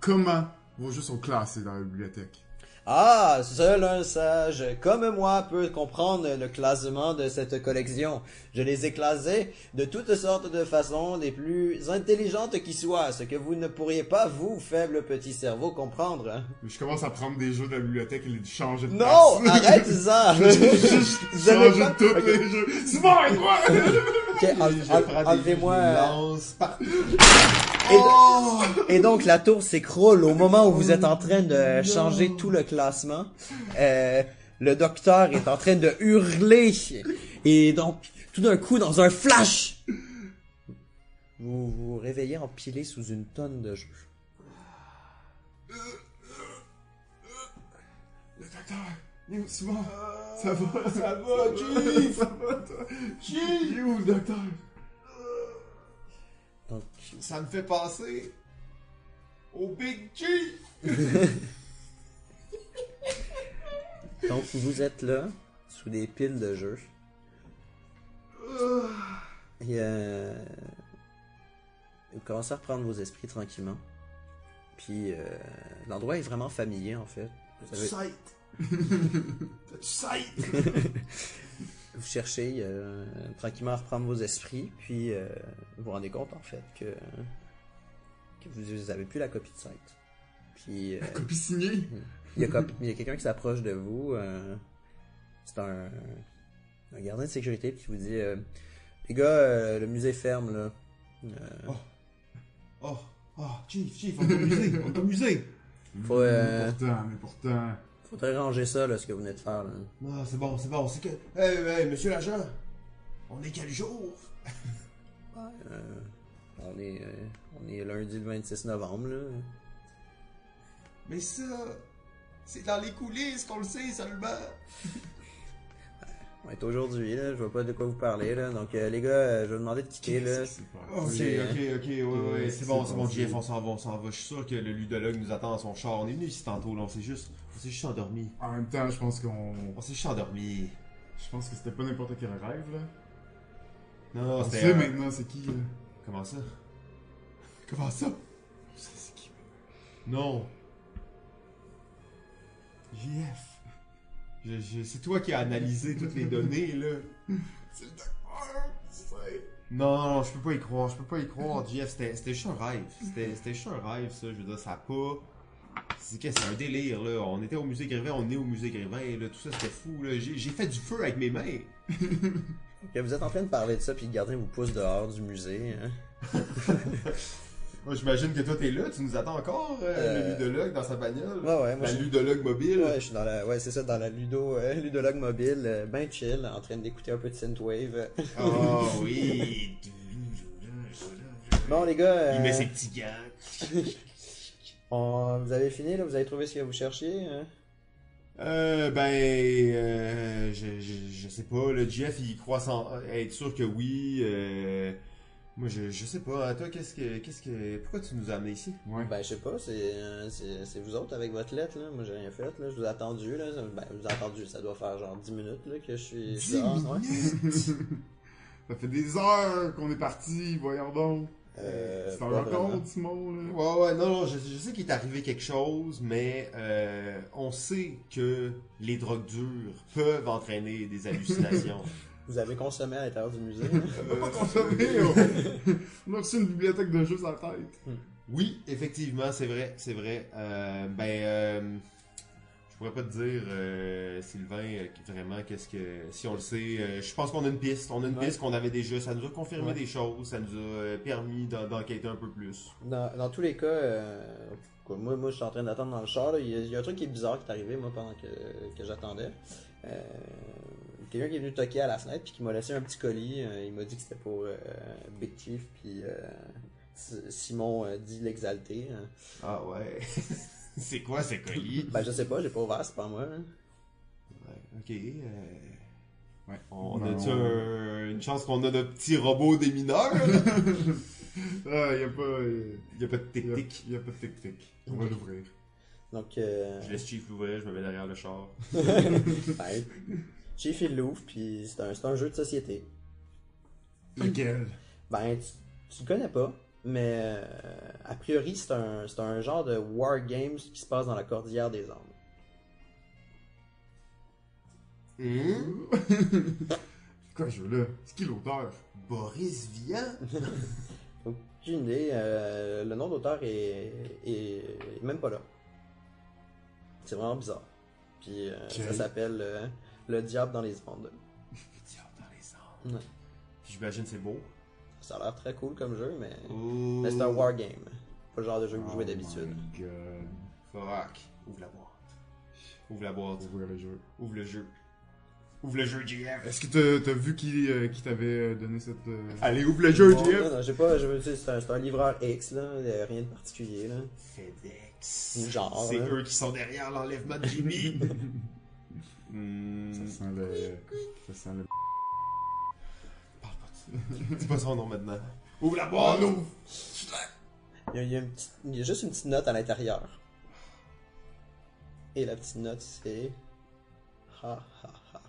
Comment vos jeux sont classés dans la bibliothèque? Ah, seul un sage comme moi peut comprendre le classement de cette collection. Je les ai classés de toutes sortes de façons les plus intelligentes qui soient, ce que vous ne pourriez pas, vous, faible petit cerveau, comprendre. Je commence à prendre des jeux de la bibliothèque et les changer de Non, place. arrête ça! Juste Vous avez changer pas- tous Ok. les jeux. C'est bon, et quoi? Ok, en- Je en- prends des- Enlevez-moi... je les euh, lance partout. Et, et donc la tour s'écroule au moment où vous êtes en train de changer tout le classement. Euh, le docteur est en train de hurler. Et donc, tout d'un coup, dans un flash, vous vous réveillez empilé sous une tonne de jeux. Le docteur, il est où, Simon? Ça va? Ça va, Chief! Ça va, toi? Il est où, le docteur? Donc, Ça me fait penser au Big G. donc, vous êtes là, sous des piles de jeux. Et euh, vous commencez à reprendre vos esprits tranquillement. Puis, euh, l'endroit est vraiment familier, en fait. Vous avez- sight? T'as-tu sight? vous cherchez euh, tranquillement à reprendre vos esprits, puis euh, vous vous rendez compte en fait que, que vous avez plus la copie de site. Puis euh, Copie signée? il y a, comme- il y a quelqu'un qui s'approche de vous. euh, c'est un, un gardien de sécurité puis qui vous dit euh, Les gars, euh, le musée ferme là. Euh, Oh, oh, Chief, Chief, on est au musée, on est au musée. faut, euh, Pourtant, mais pourtant. faudrait ranger ça là, ce que vous venez de faire là. Non, Ah, c'est bon, c'est bon, c'est que... Hey, hey, monsieur l'agent, on est quel jour? Euh, on, est, euh, on est lundi le 26 novembre là. Mais ça, c'est dans les coulisses qu'on le sait seulement. On est aujourd'hui, là, je vois pas de quoi vous parler, là. Donc, euh, les gars, euh, je vais vous demander de quitter, là. Ok, C'est- ok, hein. ok, ouais, ouais, c'est bon, c'est bon, c'est- Jeff, on s'en va, on s'en va. Je suis sûr que le ludologue nous attend dans son char. On est venu ici tantôt, là, on s'est juste, on s'est juste endormi. En même temps, je pense qu'on. On s'est juste endormi. Je pense que c'était pas n'importe quel rêve, là. Non, Ah, non, On c'était. sait un- maintenant c'est qui, là. Comment ça? Comment ça? On sait c'est qui. Non, JF. je- je- c'est toi qui as analysé toutes les données, là. C'est le docteur, c'est. Non, non, je peux pas y croire, je peux pas y croire, Jeff, c'était c'était juste un rêve. C'était c'était juste un rêve, ça, je veux dire, ça a pas... C'est que c'est un délire, là. On était au musée Grévin, on est au musée Grévin, là, tout ça, c'était fou, là. J'ai j'ai fait du feu avec mes mains. Que vous êtes en train de parler de ça, puis le gardien vous pousse dehors du musée, hein. Moi, J'imagine que toi, t'es là, tu nous attends encore, euh, Euh, le ludologue dans sa bagnole. Ouais, ouais, moi, la je... ludologue mobile. Ouais, je suis dans la, ouais, c'est ça, dans la ludo, euh, ludologue mobile, euh, ben chill, en train d'écouter un peu de synthwave. Oh, oui. Bon, les gars, euh, Il met ses petits gants. on- vous avez fini, là, vous avez trouvé ce que vous cherchiez, hein? Euh, ben, euh, je, je, je sais pas, le Jeff, il croit sans être sûr que oui. euh, moi, je, je sais pas. hein, Toi, qu'est-ce que, qu'est-ce que, pourquoi tu nous as amenés ici? Ouais. Ben, je sais pas, c'est, euh, c'est, c'est vous autres avec votre lettre, là. Moi, j'ai rien fait, là. Je vous ai attendu, là. Ça- Ben, vous ai attendu, ça doit faire genre 10 minutes, là, que je suis. 10 dehors, ouais. Ça fait des heures qu'on est parti, voyons donc. Euh, tu pas t'en rends vraiment. compte, Simon, là? Ouais, ouais, non, non, je, je sais qu'il est arrivé quelque chose, mais euh, on sait que les drogues dures peuvent entraîner des hallucinations. Vous avez consommé à l'intérieur du musée. hein? On va pas consommer, on... on a reçu une bibliothèque de jeux à la tête. Oui, effectivement, c'est vrai, c'est vrai. Euh, ben, euh, je pourrais pas te dire, euh, Sylvain, euh, vraiment, qu'est-ce que. Si on le sait, euh, je pense qu'on a une piste. On a une Ouais. piste qu'on avait déjà. Ça nous a confirmé Ouais. des choses. Ça nous a euh, permis d'en- d'enquêter un peu plus. Dans, dans tous les cas, euh, quoi, moi, moi je suis en train d'attendre dans le char. là. Il, y a, il y a un truc qui est bizarre qui est arrivé moi pendant que, que j'attendais. Euh, Quelqu'un qui est venu toquer à la fenêtre puis qui m'a laissé un petit colis. Euh, il m'a dit que c'était pour euh, Big Chief puis euh, S- Simon euh, dit l'exalté. hein. Ah ouais. c'est quoi ces colis? Ben je sais pas, j'ai pas ouvert, c'est pas moi. hein. Ouais, ok. euh, Ben, Ouais. On Non. a-tu un- une chance qu'on a de petits robots des mineurs? là? Ah, il n'y a pas. Il Il y a pas de n'y a, technique. y a pas de technique. On va l'ouvrir. Donc euh, Je laisse Chief l'ouvrir, je me mets derrière le char. ben, Chief il l'ouvre puis c'est un, c'est un jeu de société. Lequel Ben, tu, tu le connais pas, mais euh, a priori, c'est un, c'est un genre de war games qui se passe dans la cordillère des Andes. Hum? Quoi, je veux là C'est qui l'auteur Boris Vian? Aucune idée, euh, le nom d'auteur est, est, est même pas là. C'est vraiment bizarre. Puis euh, Quel- ça s'appelle euh, Le Diable dans les Andes. Le diable dans les Ouais. arbres. J'imagine c'est beau. Ça a l'air très cool comme jeu, mais, Oh. mais c'est un war game. Pas le genre de jeu que vous jouez d'habitude. Oh my god. Fuck. Ouvre la boîte. Ouvre la boîte. Ouvrir le jeu. Ouvre le jeu. Ouvre le jeu, JF. Est-ce que t'as- t'as vu qui, euh, qui t'avait euh, donné cette. euh, Allez, ouvre le jeu, Bon, JF. non, non, j'ai pas, je veux dire, c'est un, c'est un livreur X, là, euh, rien de particulier, là. FedEx. Genre, C'est hein. eux qui sont derrière l'enlèvement de Jimmy. Hmm. Ça sent le. euh, Ça sent le. Parle pas de ça. Dis pas son nom maintenant. Ouvre la Oh boîte. non! Il y a, il y a une petite- il y a juste une petite note à l'intérieur. Et la petite note, c'est. Ha ha ha.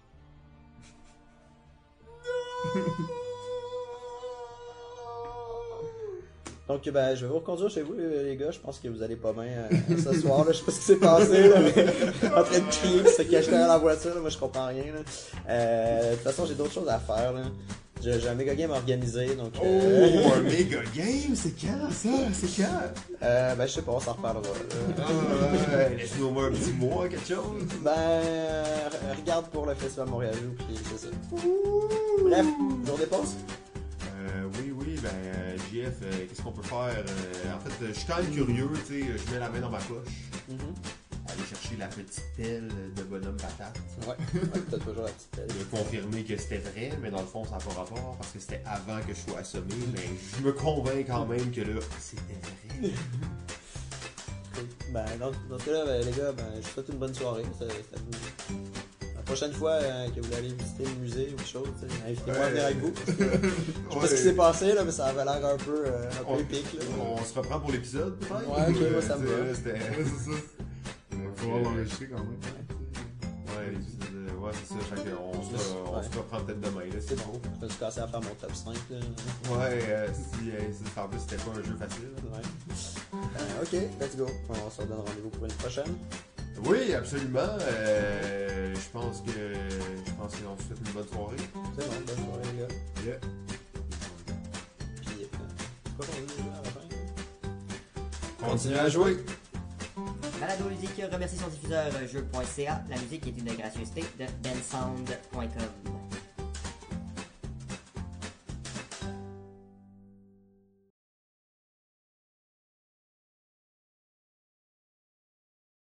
Donc, ben, je vais vous reconduire chez vous, euh, les gars. Je pense que vous allez pas bien euh, ce soir. Là. Je sais pas ce qui s'est passé. Là, mais... en train de crier, puis se cacher derrière la voiture. là. Moi, je comprends rien. là. Euh, De toute façon, j'ai d'autres choses à faire. là. J'ai j'ai un méga game organisé. Donc, euh, Oh, un méga game, c'est quand ça? C'est quand? euh, ben, je sais pas, on s'en reparlera. là. Ah, ouais. Laisse-nous au moins un petit mois, quelque chose. Ben, euh, regarde pour le festival Montréal Joue, puis c'est ça. Bref, journée pause. Euh, oui, oui, ben, euh, JF, euh, qu'est-ce qu'on peut faire? Euh, en fait, euh, je suis quand même curieux, tu sais, euh, je mets la main dans ma poche, Mm-hmm. aller chercher la petite pelle de bonhomme patate. Ouais, ouais t'as toujours la petite tête. De confirmer que c'était vrai, mais dans le fond, ça n'a pas rapport, parce que c'était avant que je sois assommé, mais je me convainc quand même que là, c'était vrai. Ben, dans, dans ce cas-là, ben, les gars, ben, je vous souhaite une bonne soirée. Ça- ça vous- La prochaine fois euh, que vous allez visiter le musée ou quelque chose, tu sais, invitez-moi à venir avec vous. parce que Je sais pas ce qui s'est passé, là, mais ça avait l'air un peu, euh, un peu Ouais. épique. Là. On se reprend pour l'épisode, peut-être? Ouais, ok, moi, ça me va. Euh, c'était- Ouais, c'est ça. On va pouvoir Ok. l'enregistrer quand même. Ouais, l'épisode, euh, ouais, c'est ça, fait qu'on se, on Ouais. se reprend peut-être demain, là, C'est c'est bon, je me suis cassé à faire mon top 5. Là. Ouais, euh, si, euh, si- en plus, c'était pas un jeu facile. Ouais. Euh, ok, let's go. On se redonne rendez-vous pour une prochaine. Oui, absolument. Euh, je pense que je pense qu'on se souhaite une bonne soirée. C'est bon, bonne soirée, les gars. Yeah. Puis, euh, quoi qu'on dit à la fin? là? Continuez à jouer. Malado Musique remercie son diffuseur euh, jeu.ca. La musique est une gracieuseté de bensound.com.